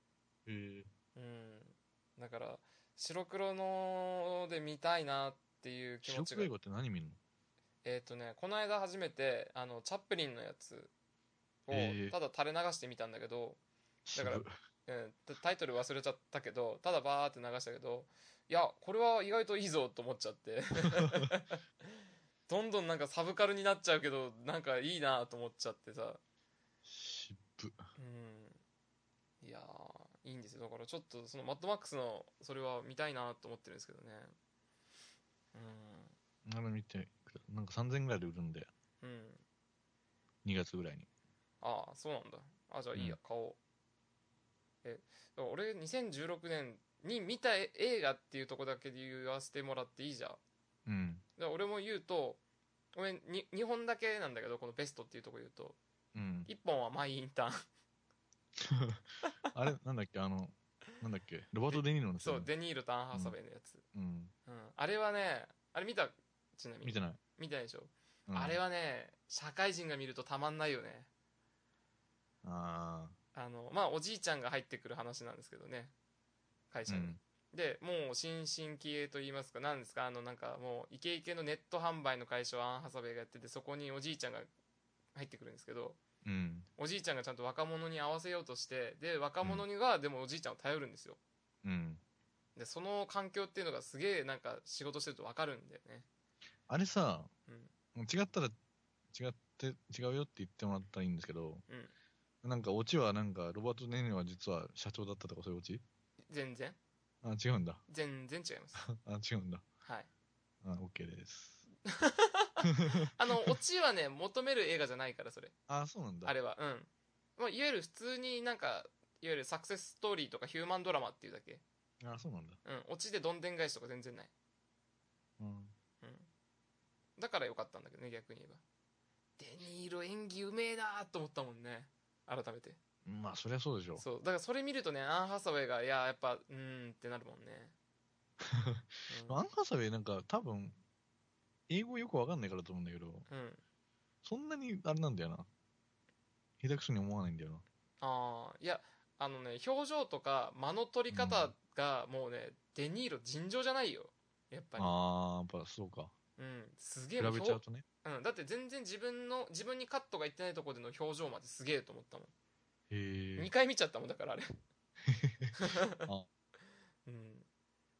Speaker 1: へえ。
Speaker 2: うんだから白黒ので見たいなっていう気持
Speaker 1: 白
Speaker 2: ち
Speaker 1: 黒映
Speaker 2: が
Speaker 1: 画って何見るの
Speaker 2: えっ、とねこの間初めてあのチャップリンのやつを
Speaker 1: へえ
Speaker 2: ただ垂れ流してみたんだけど、だから
Speaker 1: 渋
Speaker 2: うん、タタイトル忘れちゃったけどただバーって流したけどいやこれは意外といいぞと思っちゃって どんどんなんかサブカルになっちゃうけどなんかいいなと思っちゃってさ
Speaker 1: 渋
Speaker 2: うんいやーいいんですよだからちょっとそのマッドマックスのそれは見たいなと思ってるんですけどね
Speaker 1: あれ見てくだなんか3000円ぐらいで売るんで、
Speaker 2: うんうん
Speaker 1: 2月ぐらいに。
Speaker 2: ああそうなんだあじゃあいいや、
Speaker 1: う
Speaker 2: 買おうえだから俺2016年に見た映画っていうとこだけで言わせてもらっていいじゃん
Speaker 1: うん。
Speaker 2: だから俺も言うとごめんに2本だけなんだけどこのベストっていうとこ言うと
Speaker 1: うん。
Speaker 2: 1本はマイ・インターン
Speaker 1: あれ、なんだっけ、あの、なんだっけ、ロバート・デ・ニーロの人
Speaker 2: そうデニールとアン・ハサウェイのやつ、
Speaker 1: うん。
Speaker 2: うんあれはねあれ見たちなみに
Speaker 1: 見てない。
Speaker 2: 見てないでしょ、
Speaker 1: うん
Speaker 2: あれはね社会人が見るとたまんないよね
Speaker 1: あ
Speaker 2: あのまあおじいちゃんが入ってくる話なんですけどね会
Speaker 1: あ。
Speaker 2: 社に、でもう新進気鋭と言いますか何ですかあのなんかもうイケイケのネット販売の会社をアン・ハサウェイがやっててそこにおじいちゃんが入ってくるんですけど
Speaker 1: うん。うん。
Speaker 2: おじいちゃんがちゃんと若者に合わせようとしてで若者にはでもおじいちゃんを頼るんですよ
Speaker 1: うん。
Speaker 2: でその環境っていうのがすげえなんか仕事してると分かるんだよね
Speaker 1: あれさ、違ったら、違って、違うよって言ってもらったらいいんですけど、なんかオチはなんか、ロバート・デ・ニーロは実は社長だったとかそういうオチ
Speaker 2: 全然
Speaker 1: あ、違うんだ。
Speaker 2: 全然違い ます
Speaker 1: あ、違うんだ。
Speaker 2: はい
Speaker 1: あ、OK です。
Speaker 2: あのオチはね求める映画じゃないからそれ
Speaker 1: あ、そうなんだ。
Speaker 2: あれはうん、まあ、いわゆる普通になんかいわゆるサクセスストーリーとかヒューマンドラマっていうだけ
Speaker 1: あ、そうなんだ。
Speaker 2: うんオチでどんでん返しとか全然ない、
Speaker 1: うん。
Speaker 2: うん、だからよかったんだけどね逆に言えばデニーロ演技うめえなと思ったもんね改めて
Speaker 1: まあ、そりゃそうでしょ。
Speaker 2: そうだからそれ見るとねアン・ハサウェイがいややっぱうーんってなるも んね、うん
Speaker 1: アンハサウェイなんか多分、英語よくわかんないからと思うんだけど、
Speaker 2: うん、
Speaker 1: そんなにあれなんだよな。下手くそに思わないんだよな。
Speaker 2: ああいやあのね表情とか間の取り方がもうね、デニーロ尋常じゃないよやっぱり
Speaker 1: ああ、やっぱそうか。
Speaker 2: うんす
Speaker 1: 比
Speaker 2: げえもう
Speaker 1: べちゃうとね。
Speaker 2: うん、だって全然自分の自分にカットがいってないところでの表情まですげえと思ったもん
Speaker 1: へ
Speaker 2: 2
Speaker 1: え。
Speaker 2: 回見ちゃったもんだからあれ
Speaker 1: あ
Speaker 2: うん、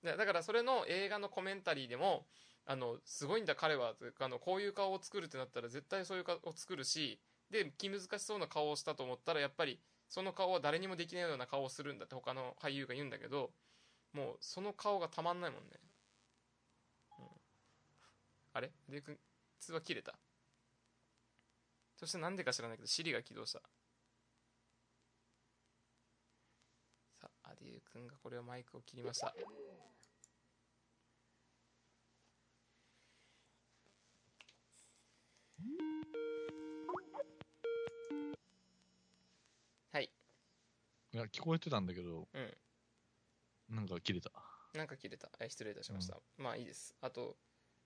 Speaker 2: だだからそれの映画のコメンタリーでもあのすごいんだ彼はというかあのこういう顔を作るってなったら絶対そういう顔を作るしで気難しそうな顔をしたと思ったらやっぱりその顔は誰にもできないような顔をするんだって他の俳優が言うんだけどもうその顔がたまんないもんね、うん、あれでくん通話切れたそしてなんでか知らないけど Siri が起動したさあ、アデュー君がこれをマイクを切りました。はい、
Speaker 1: いや、聞こえてたんだけど、
Speaker 2: うん
Speaker 1: なんか切れた。
Speaker 2: なんか切れた。え失礼いたしました。まあいいです。あと、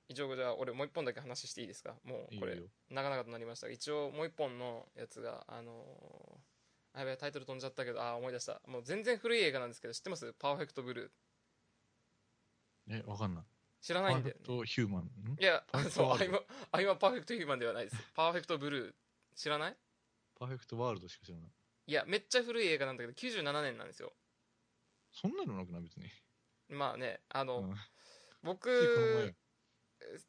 Speaker 2: 一応じゃあ俺もう一本だけ話していいですかも
Speaker 1: いうい
Speaker 2: これ、
Speaker 1: よ。
Speaker 2: 長々となりましたが一応もう一本のやつが、あのーあやべえ、タイトル飛んじゃったけど、あー、思い出した。もう全然古い映画なんですけど、知ってますパーフェクトブルー。
Speaker 1: え、わかんない。
Speaker 2: 知ら
Speaker 1: パ
Speaker 2: ない
Speaker 1: ー
Speaker 2: ん
Speaker 1: フ
Speaker 2: だ
Speaker 1: ェ
Speaker 2: よ
Speaker 1: ク
Speaker 2: ね。
Speaker 1: トヒューマン。ん
Speaker 2: いや
Speaker 1: パーフェ、クト
Speaker 2: そう、
Speaker 1: ワ
Speaker 2: ア
Speaker 1: ー
Speaker 2: イ
Speaker 1: ル
Speaker 2: マ、アイマパーフェクトヒューマンではないです。パーフェクトブルー、知らない
Speaker 1: パーフェクトワールドしか知らない。
Speaker 2: いや、めっちゃ古い映画なんだけど、97年なんですよ。
Speaker 1: そんなのなくない別に。
Speaker 2: まあね、あの、
Speaker 1: うんついこの
Speaker 2: 僕、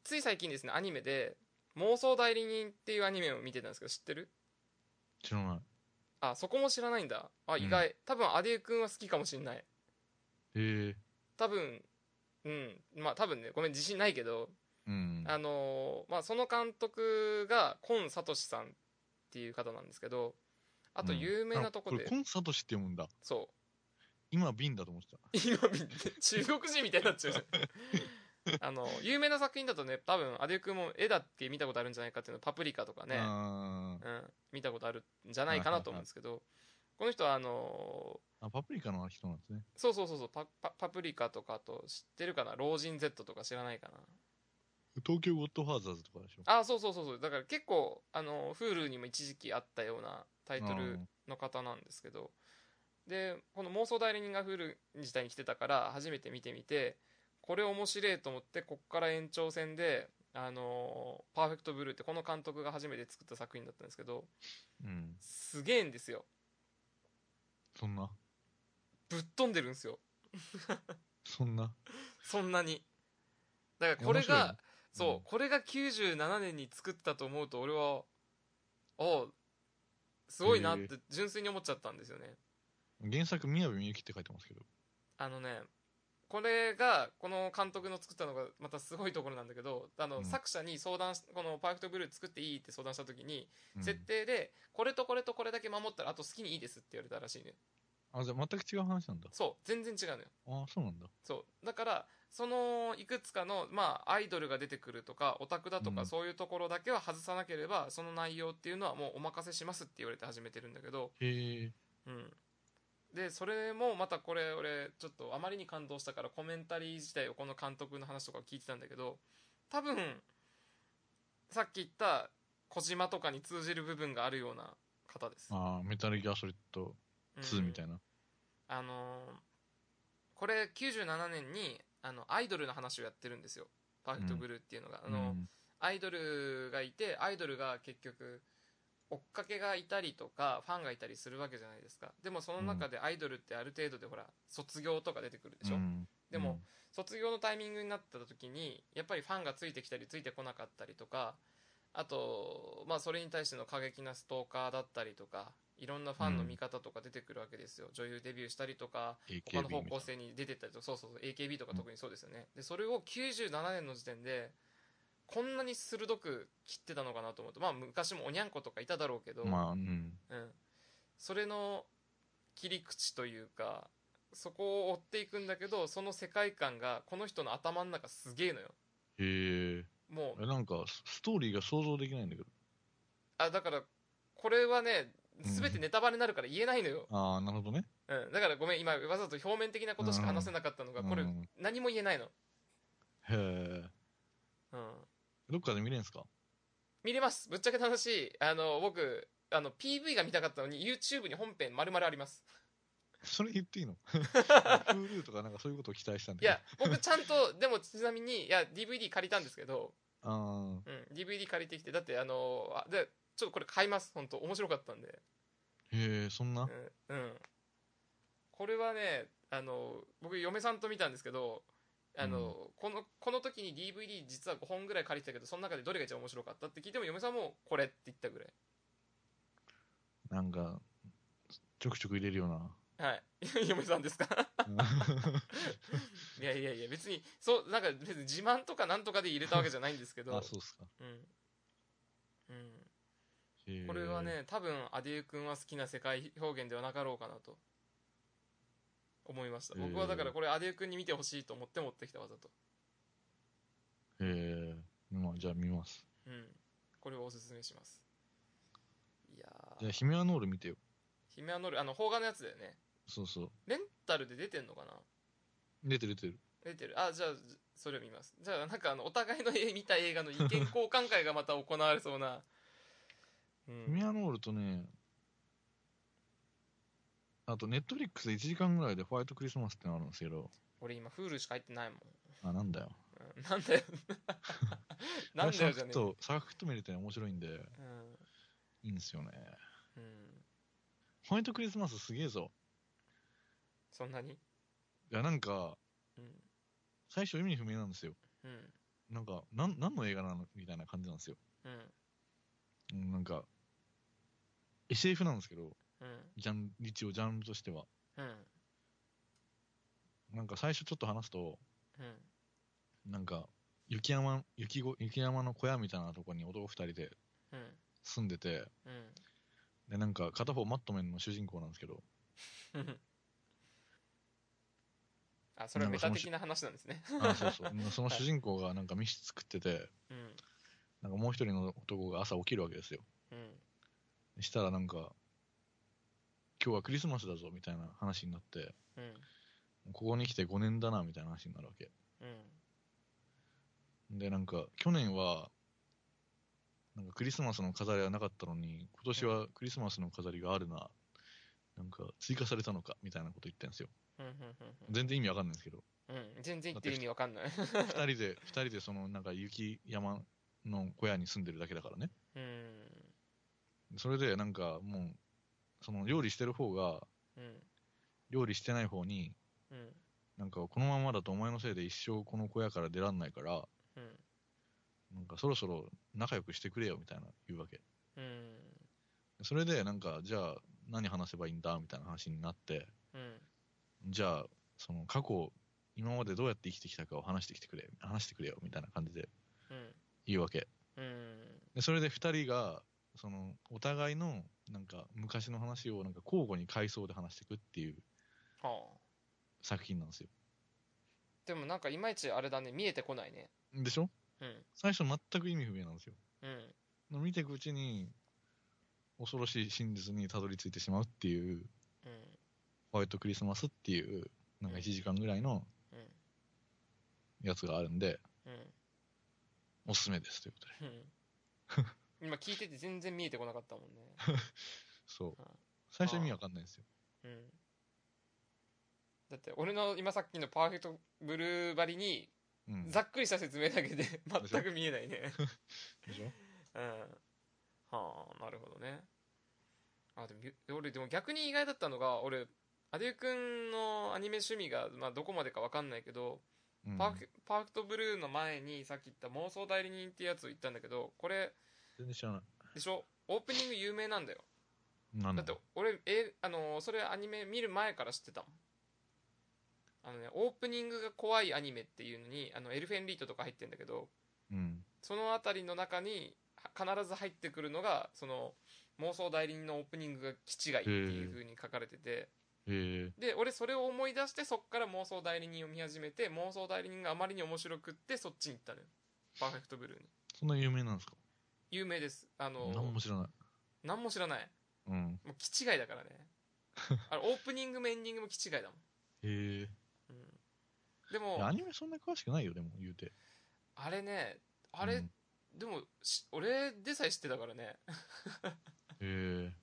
Speaker 2: つい最近ですね、アニメで、妄想代理人っていうアニメを見てたんですけど、知ってる
Speaker 1: 知らない。
Speaker 2: あ、そこも知らないんだ。あ、
Speaker 1: うん
Speaker 2: 意外。多分、アデュー君は好きかもしんない。
Speaker 1: へえ。
Speaker 2: 多分、うん、まあ多分ね、ごめん、自信ないけど、
Speaker 1: うん。
Speaker 2: あのーまあ、その監督が、コン・サトシさんっていう方なんですけど、あと
Speaker 1: うん
Speaker 2: 有名なとこ
Speaker 1: あ
Speaker 2: で、
Speaker 1: れコンサート誌って読むんだ。
Speaker 2: そう、
Speaker 1: 今、瓶だと思ってた。
Speaker 2: 今見て中国人みたいになっちゃ うじゃんあの有名な作品だとね多分アデュ君も絵だって見たことあるんじゃないかっていうのパプリカとかね、
Speaker 1: あー
Speaker 2: うん、見たことあるんじゃないかなと思うんですけどこの人はあの
Speaker 1: あ、パプリカの人なんですね。
Speaker 2: ーそうそうそうそうパパパプリカとかあと知ってるかな老人 Z とか知らないか
Speaker 1: 東京ゴッドファーザーズとかでしょ。
Speaker 2: なあそうそうそうそうだから結構あの Hulu にも一時期あったようなタイト
Speaker 1: う
Speaker 2: ル
Speaker 1: ん
Speaker 2: の方なんですけどでこの妄想代理人がフル自体に来てたから初めて見てみてこれ面白いと思ってこっから延長戦で「あのーパーフェクトブルー」ってこの監督が初めて作った作品だったんですけど
Speaker 1: うん。
Speaker 2: すげえんですよ
Speaker 1: そんな。
Speaker 2: ぶっ飛んでるんですよ
Speaker 1: そんな。
Speaker 2: そんなにだからこれ
Speaker 1: いや面白い
Speaker 2: が
Speaker 1: ね
Speaker 2: そう、
Speaker 1: うん
Speaker 2: これが97年に作ったと思うと俺はああすごいなっ
Speaker 1: へ
Speaker 2: て純粋に思っちゃったんですよね、
Speaker 1: 原作、宮部みゆきって書いてますけど。
Speaker 2: あのねこれがこの監督の作ったのがまたすごいところなんだけどあの、
Speaker 1: うん
Speaker 2: 作者に相談しこの「パーフェクトブルー作っていい?」って相談した時に、
Speaker 1: うん
Speaker 2: 設定でこれとこれとこれだけ守ったらあと好きにいいですって言われたらしいね
Speaker 1: あ、じゃあ全く違う話なんだ。
Speaker 2: そう全然違うのよ
Speaker 1: ああ、そうなんだ。
Speaker 2: そうだからそのいくつかの、まあ、アイドルが出てくるとかオタクだとか、
Speaker 1: うん
Speaker 2: そういうところだけは外さなければその内容っていうのはもうお任せしますって言われて始めてるんだけど、
Speaker 1: へえ。
Speaker 2: うん、でそれもまたこれ俺ちょっとあまりに感動したからコメンタリー自体をこの監督の話とか聞いてたんだけど多分さっき言った小島とかに通じる部分があるような方です、
Speaker 1: ああ、メタルギアソリッド2みた
Speaker 2: い
Speaker 1: いな。
Speaker 2: な、あのーこれ97年にあのアイドルの話をやってるんですよパーフェクトブルーっていうのが、あの
Speaker 1: うん
Speaker 2: アイドルがいてアイドルが結局追っかけがいたりとかファンがいたりするわけじゃないですかでもその中でアイドルってある程度でほら卒業とか出てくるでしょ、
Speaker 1: うん
Speaker 2: でも、卒業のタイミングになった時にやっぱりファンがついてきたりついてこなかったりとかあと、まあ、それに対しての過激なストーカーだったりとかいろんなファンの見方とか出てくるわけですよ、女優デビューしたりとか
Speaker 1: うん AKB
Speaker 2: 他の
Speaker 1: み
Speaker 2: 方
Speaker 1: たい
Speaker 2: 向
Speaker 1: な
Speaker 2: 性に出てったりとかそうそうそう AKB とか特にそうですよね、でそれを97年の時点でこんなに鋭く切ってたのかなと思うとまあ昔もおにゃんことかいただろうけど、
Speaker 1: まあ、うん。
Speaker 2: うん、それの切り口というかそこを追っていくんだけどその世界観がこの人の頭の中すげえのよ
Speaker 1: へえ。
Speaker 2: もう
Speaker 1: なんか、スストーリーが想像できないんだけど。
Speaker 2: あだからこれはね
Speaker 1: うん
Speaker 2: 全てネタバレになるから言えないのよ、
Speaker 1: ああ、なるほどね。
Speaker 2: うん、だからごめん今わざと表面的なことしか話せなかったのがこれ
Speaker 1: うん
Speaker 2: 何も言えないの、
Speaker 1: へえ。
Speaker 2: うん、
Speaker 1: どっかで見れんすか
Speaker 2: 見れますぶっちゃけ楽しいあの僕あの PV が見たかったのに YouTube に本編丸々あります
Speaker 1: それ言っていい の Hulu とかなんかそういうことを期待したんだ
Speaker 2: い
Speaker 1: けど。
Speaker 2: や、僕ちゃんと、 でもちなみに、いや、DVD 借りたんですけど、
Speaker 1: あ
Speaker 2: うん、DVD 借りてきて、だって、あのあで、ちょっとこれ買います、本当面白かったんで。
Speaker 1: ーへえ、そんな
Speaker 2: うん。うんこれはね、あの僕、嫁さんと見たんですけど、あのこのこの時に DVD 実は5本ぐらい借りてたけど、その中でどれが一番面白かったって聞いても、嫁さんもこれって言ったぐらい。
Speaker 1: なんか、ちょくちょく入れるよう な。
Speaker 2: はい。嫁さんですかいやいやいや、別に、そう、なんか別に自慢とかなんとかで入れたわけじゃないんですけ ど、
Speaker 1: あ、そうっすか。
Speaker 2: うん。うん。
Speaker 1: へー
Speaker 2: これは。ね、多分アデュー君は好きな世界表現ではなかろうかなと思いました。
Speaker 1: へー
Speaker 2: 僕はだからこれアデュー君に見てほしいと思って持ってきたわざと。
Speaker 1: へえ、まあじゃあ見ます。
Speaker 2: うん。これをおすすめします。いや
Speaker 1: じゃ
Speaker 2: ー
Speaker 1: あ、、ヒメアノール見てよ。
Speaker 2: ヒメアノル、あの、邦画のやつだよね。
Speaker 1: そうそう。
Speaker 2: レンタルで出てんのかな
Speaker 1: 出てる出てる。
Speaker 2: 出てる。あ、じゃあ、じそれを見ます。じゃあ、なんかあの、お互いの絵見た映画の意見交換会がまた行われそうな。う
Speaker 1: ヒメ
Speaker 2: ん。
Speaker 1: アノールとね、あと、ネットフリックスで1時間ぐらいでホワイトクリスマスってのあるんですけど、
Speaker 2: 俺今、フールしか入ってないもん。
Speaker 1: あ、なんだよ。
Speaker 2: うんな んだよ。なんだよじゃねえ。
Speaker 1: と、サクッと見れて面白いんで、
Speaker 2: うん。
Speaker 1: いいんですよね。
Speaker 2: うん。
Speaker 1: ホワイトクリスマスすげえぞ。
Speaker 2: そんなに
Speaker 1: いや、なんか、
Speaker 2: うん。
Speaker 1: 最初意味不明なんですよ。
Speaker 2: うん。
Speaker 1: なんか、なん、何の映画なのみたいな感じなんですよ。
Speaker 2: うん。
Speaker 1: うんなんか、SF なんですけど、
Speaker 2: うん。
Speaker 1: ジャン、一応ジャンルとしては。
Speaker 2: うん。
Speaker 1: なんか最初ちょっと話すと、
Speaker 2: うん。
Speaker 1: なんか、雪山、雪ご、雪山の小屋みたいなとこに男二人で
Speaker 2: うん。
Speaker 1: 住んでて、
Speaker 2: う
Speaker 1: で、なんか片方マットメンの主人公なんですけど、
Speaker 2: ん。 あ、それはメタ的な話なんですね。
Speaker 1: あそうそう。その主人公がなんか飯作ってて、
Speaker 2: うん。
Speaker 1: なんかもう一人の男が朝起きるわけですよ。
Speaker 2: うん。
Speaker 1: したらなんか、今日はクリスマスだぞみたいな話になって、
Speaker 2: うん。
Speaker 1: ここに来て5年だなみたいな話になるわけ。
Speaker 2: うん。
Speaker 1: で、なんか、去年は、なんかクリスマスの飾りはなかったのに、今年はクリスマスの飾りがあるな、なんか追加されたのか、みたいなこと言ってんですよ。
Speaker 2: うん。
Speaker 1: 全然意味わかんないんですけど、
Speaker 2: うん。うん。全然言ってる意味わかんない。
Speaker 1: 二人で、二人でそのなんか雪山の小屋に住んでるだけだからね。
Speaker 2: うん。
Speaker 1: それでなんかもう、その料理してる方が、
Speaker 2: うん。
Speaker 1: 料理してない方に、
Speaker 2: うん。
Speaker 1: なんかこのままだとお前のせいで一生この小屋から出らんないから、
Speaker 2: うん。
Speaker 1: なんかそろそろ仲良くしてくれよみたいな言うわけ。
Speaker 2: うん。
Speaker 1: それでなんか、じゃあ何話せばいいんだみたいな話になって、
Speaker 2: うん。
Speaker 1: じゃあその過去、今までどうやって生きてきたかを話してきてくれ、話してくれよみたいな感じで
Speaker 2: うん。
Speaker 1: 言うわけ。
Speaker 2: うん。
Speaker 1: で、それで二人が、そのお互いのなんか昔の話をなんか交互に回想で話していくっていう
Speaker 2: はあ。
Speaker 1: 作品なんですよ。
Speaker 2: でもなんかいまいちあれだね、見えてこないね。
Speaker 1: でしょ
Speaker 2: うん。
Speaker 1: 最初全く意味不明なんですよ。
Speaker 2: うん。
Speaker 1: 見ていくうちに恐ろしい真実にたどり着いてしまうっていう
Speaker 2: うん。
Speaker 1: ホワイトクリスマスっていうなんか1時間ぐらいの
Speaker 2: うん。
Speaker 1: やつがあるんで
Speaker 2: うん。
Speaker 1: おすすめですということで
Speaker 2: 今聞いてて全然見えてこなかったもんね。
Speaker 1: そう
Speaker 2: はい
Speaker 1: 最初意味わかんないんですよ
Speaker 2: うんだって俺の今さっきのパーフェクトブルーばりに
Speaker 1: うん
Speaker 2: ざっくりした説明だけで全く見えないね
Speaker 1: でしょ
Speaker 2: うんはあなるほどねあでもゆ俺でも逆に意外だったのが俺アデュー君のアニメ趣味が、まあ、どこまでか分かんないけど、
Speaker 1: うん
Speaker 2: パーフェパーフェクトブルーの前にさっき言った妄想代理人ってやつを言ったんだけどこれ
Speaker 1: 全然知らない
Speaker 2: でしょオープニング有名なんだよ
Speaker 1: なん
Speaker 2: だ
Speaker 1: だ
Speaker 2: って俺、えあのそれアニメ見る前から知ってたもんあのねオープニングが怖いアニメっていうのにあのエルフェンリートとか入ってるんだけど
Speaker 1: うん
Speaker 2: そのあたりの中には必ず入ってくるのがその妄想代理人のオープニングが「気違い」っていう風に書かれてて
Speaker 1: へえ
Speaker 2: で俺それを思い出してそっから妄想代理人を見始めて妄想代理人があまりに面白くってそっちに行ったのよパーフェクトブルーに
Speaker 1: そんな有名なんですか
Speaker 2: 有名ですあの
Speaker 1: 何も知らない
Speaker 2: 何も知らない
Speaker 1: うん
Speaker 2: もう気違い だからねあれオープニングもエンディングも気違いだもん
Speaker 1: へえ
Speaker 2: うんでも
Speaker 1: アニメそんな詳しくないよでも言うて
Speaker 2: あれねあれ、
Speaker 1: うん
Speaker 2: でもし俺でさえ知ってたからね、
Speaker 1: へえ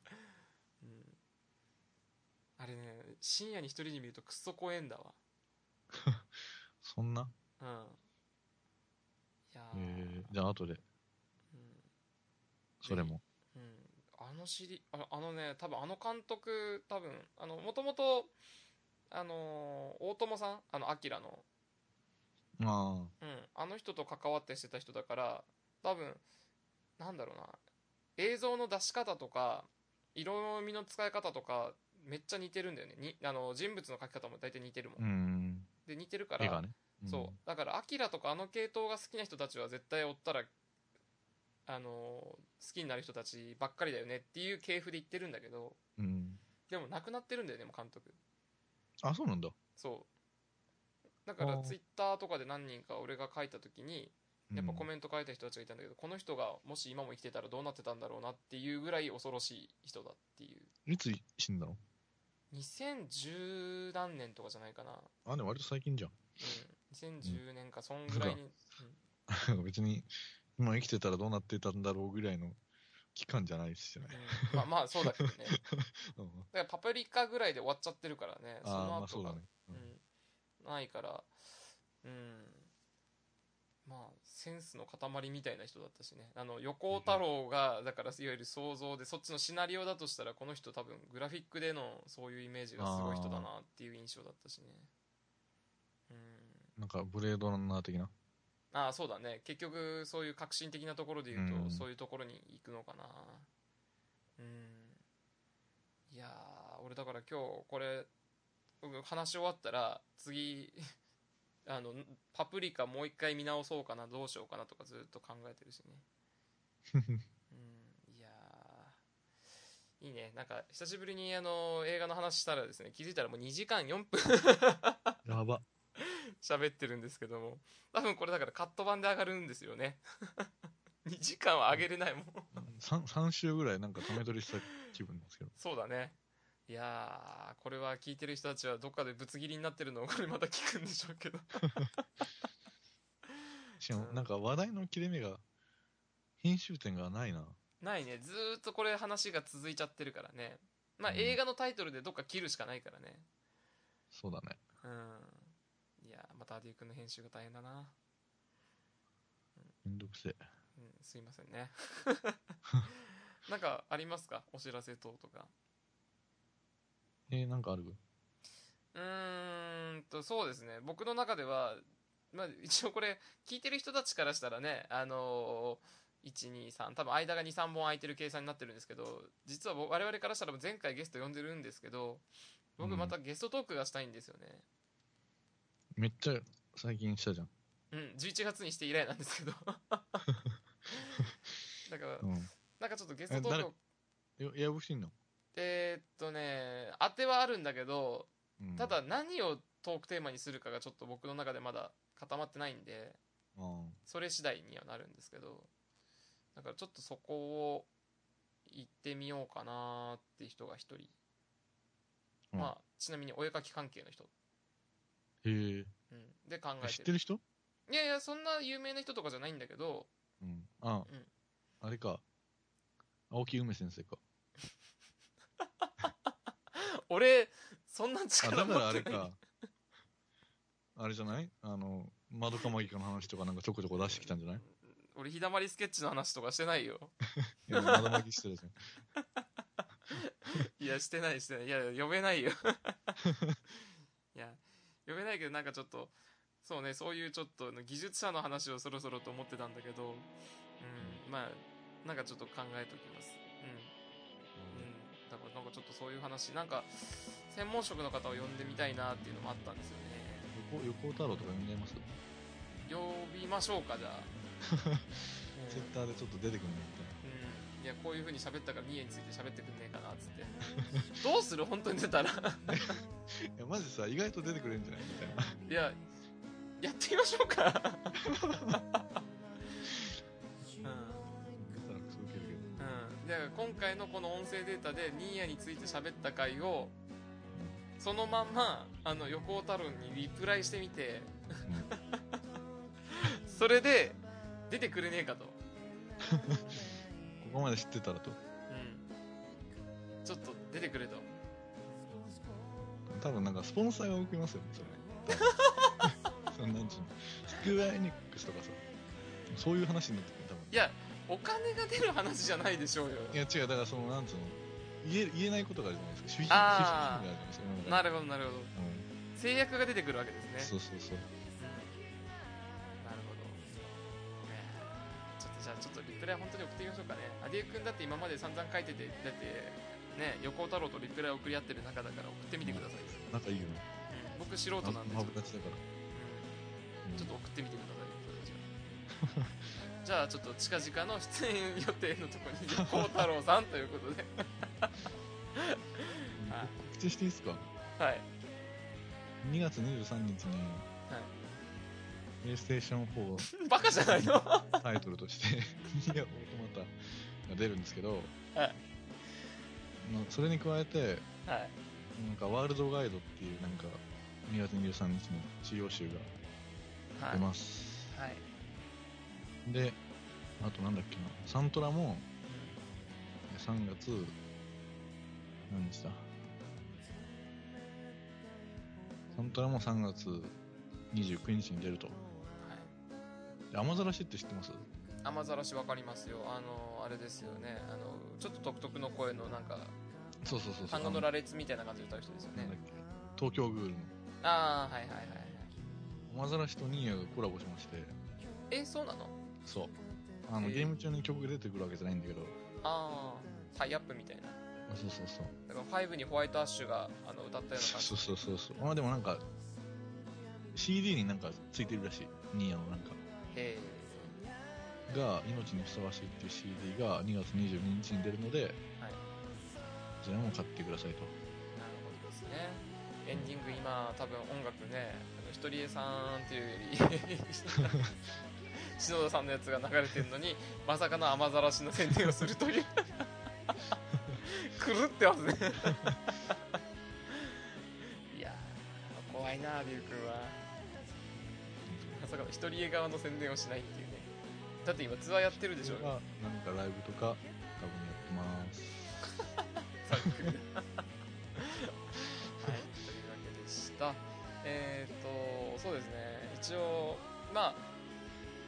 Speaker 2: あれれね深夜に一人で見るとくっそ怖えんだわ
Speaker 1: そんな
Speaker 2: うんいや
Speaker 1: え
Speaker 2: ー
Speaker 1: ー、じゃあ後で、それも。
Speaker 2: うん、うん、あのシリああのね多分あの監督多分あのもともとあのー大友さんあのアキラの
Speaker 1: あ
Speaker 2: うん、あの人と関わってしてた人だから多分なんだろうな映像の出し方とか色味の使い方とかめっちゃ似てるんだよねにあの人物の描き方も大体似てるもん
Speaker 1: あ、うん。
Speaker 2: で似てるから
Speaker 1: 絵がね。ん
Speaker 2: そうだからアキラとかあの系統が好きな人たちは絶対追ったらあのー好きになる人たちばっかりだよねっていう系譜で言ってるんだけど
Speaker 1: うん。
Speaker 2: でもなくなってるんだよねもう監督
Speaker 1: あ、そうなんだ。
Speaker 2: そうだから
Speaker 1: あー
Speaker 2: ツイッターとかで何人か俺が書いた時にやっぱコメント書いた人たちがいたんだけど、この人がもし今も生きてたらどうなってたんだろうなっていうぐらい恐ろしい人だっていう
Speaker 1: うんいつ死んだの
Speaker 2: 2010何年とかじゃないかな、う
Speaker 1: あ、でも割と最近じ
Speaker 2: ん、2010年かそんぐらいに、
Speaker 1: ゃん。 なんか別に、今生きてたらどうなってたんだろうぐらいの期間じゃないっすよ
Speaker 2: う
Speaker 1: ね。
Speaker 2: んまあまあそうだけどねだか
Speaker 1: うん
Speaker 2: らパプリカぐらいで終わっちゃってるからねそ
Speaker 1: ああ、ま
Speaker 2: の
Speaker 1: あそ
Speaker 2: 後
Speaker 1: う
Speaker 2: が、
Speaker 1: だね。うん
Speaker 2: うん、ないからうんまあセンスの塊みたいな人だったしねあの横尾太郎がだからいわゆる想像でそっちのシナリオだとしたらこの人多分グラフィックでのそういうイメージがすごい人だなっていう印象だったしねうん
Speaker 1: なんか、ブレードランナー的な。
Speaker 2: ああそうだね結局そういう革新的なところで言うと、
Speaker 1: うん
Speaker 2: そういうところに行くのかなうんいやー俺だから今日これ僕話し終わったら次 あのパプリカもう一回見直そうかなどうしようかなとかずっと考えてるしねうんいやーいいねなんか久しぶりにあの映画の話したらですね気づいたらもう2時間4分
Speaker 1: やば。
Speaker 2: 喋ってるんですけども多分これだからカット版で上がるんですよね 2時間は上げれないもん
Speaker 1: 3, 三週ぐらいなんかため取りした気分ですけど。
Speaker 2: そうだねいやーこれは聞いてる人たちはどっかでぶつ切りになってるのをこれまた聞くんでしょうけど
Speaker 1: しかも
Speaker 2: う、ん
Speaker 1: なんか話題の切れ目が、編集点がないな。
Speaker 2: ないねずーっとこれ話が続いちゃってるからねまあ
Speaker 1: うん
Speaker 2: 映画のタイトルでどっか切るしかないからね
Speaker 1: そうだね。
Speaker 2: うんいやーまたアディ君の編集が大変だな、
Speaker 1: めんどくせえ。
Speaker 2: うん、すいませ んねなんかありますかお知らせ等とか
Speaker 1: えー、なんかある
Speaker 2: うーんと、そうですね。僕の中では、まあ、一応これ、聞いてる人たちからしたらね、あのー、1、2、3、多分間が2、3本空いてる計算になってるんですけど、実は僕我々からしたら前回ゲスト呼んでるんですけど、僕
Speaker 1: うん
Speaker 2: またゲストトークがしたいんですよね。
Speaker 1: めっちゃ最近したじゃん。
Speaker 2: うん、11月にして以来なんですけ ど。だから、
Speaker 1: うん。
Speaker 2: なんかちょっとゲストトークを、
Speaker 1: よエアボシンの、
Speaker 2: えーっとね、当てはあるんだけど、
Speaker 1: うん、
Speaker 2: ただ何をトークテーマにするかがちょっと僕の中でまだ固まってないんで、
Speaker 1: うん、
Speaker 2: それ次第にはなるんですけどだからちょっとそこを行ってみようかなーって人が一人、
Speaker 1: うん
Speaker 2: まあちなみにお絵描き関係の人、
Speaker 1: へえ
Speaker 2: うん、で考えてる
Speaker 1: 知ってる人、
Speaker 2: いやいやそんな有名な人とかじゃないんだけど
Speaker 1: うん、あ、
Speaker 2: うん
Speaker 1: あれか青木梅先生か
Speaker 2: 俺そんな
Speaker 1: あ
Speaker 2: 力
Speaker 1: だか
Speaker 2: 持
Speaker 1: らあ
Speaker 2: っ
Speaker 1: れ
Speaker 2: てない
Speaker 1: かあれじゃないあの窓かマギかの話とかなんかちょこちょこ出してきたんじゃない
Speaker 2: 俺日だまりスケッチの話とかしてないよ
Speaker 1: いや窓マギしてるじゃん
Speaker 2: いやしてないしてないいや呼べないよいや呼べないけどなんかちょっとそうねそういうちょっとあの技術者の話をそろそろと思ってたんだけどうんまあなんかちょっと考えておきますうんうんだからなんかちょっとそういう話なんか専門職の方を呼んでみたいなっていうのもあったんですよね
Speaker 1: 横横尾太郎とか呼んじゃいます
Speaker 2: 呼びましょうかじゃあ、
Speaker 1: ツイッターでちょっと出てくるのみたい
Speaker 2: うん、いやこういう風に喋ったから三重について喋ってくんねえかなっつってどうする本当に出たら
Speaker 1: ないやマジさ意外と出てくれるんじゃないみたいない
Speaker 2: ややってみましょ うか
Speaker 1: 言 っ
Speaker 2: うん
Speaker 1: たらクソウケるけど
Speaker 2: うん、だから今回のこの音声データで新谷について喋った回をそのまんまあの横尾太郎にリプライしてみて それで出てくれねえかと、
Speaker 1: ここまで知ってたらと
Speaker 2: うん、ちょっと出てくれと
Speaker 1: 多分なんかスポンサーが受けますよね、 それね。そんなんちゅうのスクエアエニックスとかさ、そういう話になってくる、多分。
Speaker 2: いやお金が出る話じゃないでしょうよ
Speaker 1: いや違う、だからその、なんつうの、言え言えないことがあるじゃないですか。主義主義があ
Speaker 2: あー
Speaker 1: るじゃないですか。世の中に
Speaker 2: なるほどなるほど
Speaker 1: うん
Speaker 2: 制約が出てくるわけですね
Speaker 1: そうそうそう。
Speaker 2: うんなるほどねちょっとじゃあちょっとリプライ本当に送っていきましょうかねアデュー君だって今まで散々書いててだってね横尾太郎とリプライ送り合ってる中だから送ってみてください、
Speaker 1: 仲いいよね。
Speaker 2: うん僕素人
Speaker 1: マ
Speaker 2: なんでちょ
Speaker 1: マ
Speaker 2: っ
Speaker 1: ブ
Speaker 2: と,、
Speaker 1: ダチだから。
Speaker 2: うん、ちょっと送ってみてくださいそれ じゃあじゃあちょっと近々の出演予定のとこに横尾太郎さんということで
Speaker 1: うん
Speaker 2: はい
Speaker 1: 告知していいですか
Speaker 2: はい
Speaker 1: 2月23日に、プレイステーション4
Speaker 2: バカじゃないのは
Speaker 1: タイトルと して、ニアオートマタが出るんですけど、
Speaker 2: はい
Speaker 1: まあそれに加えて、
Speaker 2: い
Speaker 1: なんかワールドガイドっていう、なんか、2月23日に資料集が
Speaker 2: はい
Speaker 1: 出ます。
Speaker 2: はい
Speaker 1: で、あとなんだっけな、サントラも3月、何日だサントラも3月29日に出ると。
Speaker 2: はい
Speaker 1: で雨ざらしって知ってます
Speaker 2: 雨ざらしわかりますよあのあれですよねあのちょっと独特の声のなんか
Speaker 1: そうそうそうそう。
Speaker 2: 単語の羅列みたいな感じで歌う人ですよ
Speaker 1: あの
Speaker 2: ね
Speaker 1: なんだっけ東京グールの
Speaker 2: ああはいはいはいはい
Speaker 1: 雨ざらしとニーヤがコラボしまして、
Speaker 2: えそうなの
Speaker 1: そう。あの、
Speaker 2: へえ
Speaker 1: ゲーム中に曲が出てくるわけじゃないんだけど、
Speaker 2: ああタイアップみたいな
Speaker 1: あそうそうそう。
Speaker 2: だから5にホワイトアッシュがあの歌ったような感じ
Speaker 1: そうそうそうそう。まあでもなんか、CD になんかついてるらしい。ニーヤのなんか。
Speaker 2: へえ
Speaker 1: が「命にふさわしい」っていう CD が2月22日に出るので、
Speaker 2: はい
Speaker 1: それも買ってくださいと
Speaker 2: なるほどですねエンディング今多分音楽ねあのひとりえさんっていうより 篠田さんのやつが流れてるのにまさかの雨ざらしの宣伝をするという狂ってますねいやー怖いなあ龍君はまさかのひとりえ側の宣伝をしないっていうねだって今ツアーやってるでしょ
Speaker 1: それがなんかライブとか多分やってます
Speaker 2: ざっくりはい、というわけでした。えっ、と、そうですね、一応、まあ、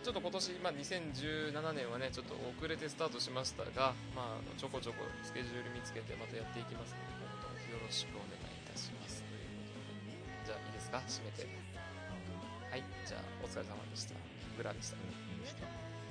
Speaker 2: ちょっと今年、まあ、2017年はね、ちょっと遅れてスタートしましたが、まあ、あのちょこちょこスケジュール見つけて、またやっていきますので、今後ともよろしくお願いいたします。ということでじゃあ、いいですか、締めて。
Speaker 1: あの
Speaker 2: はい、じゃあ、お疲れ様でした。ブラでした。
Speaker 1: やってました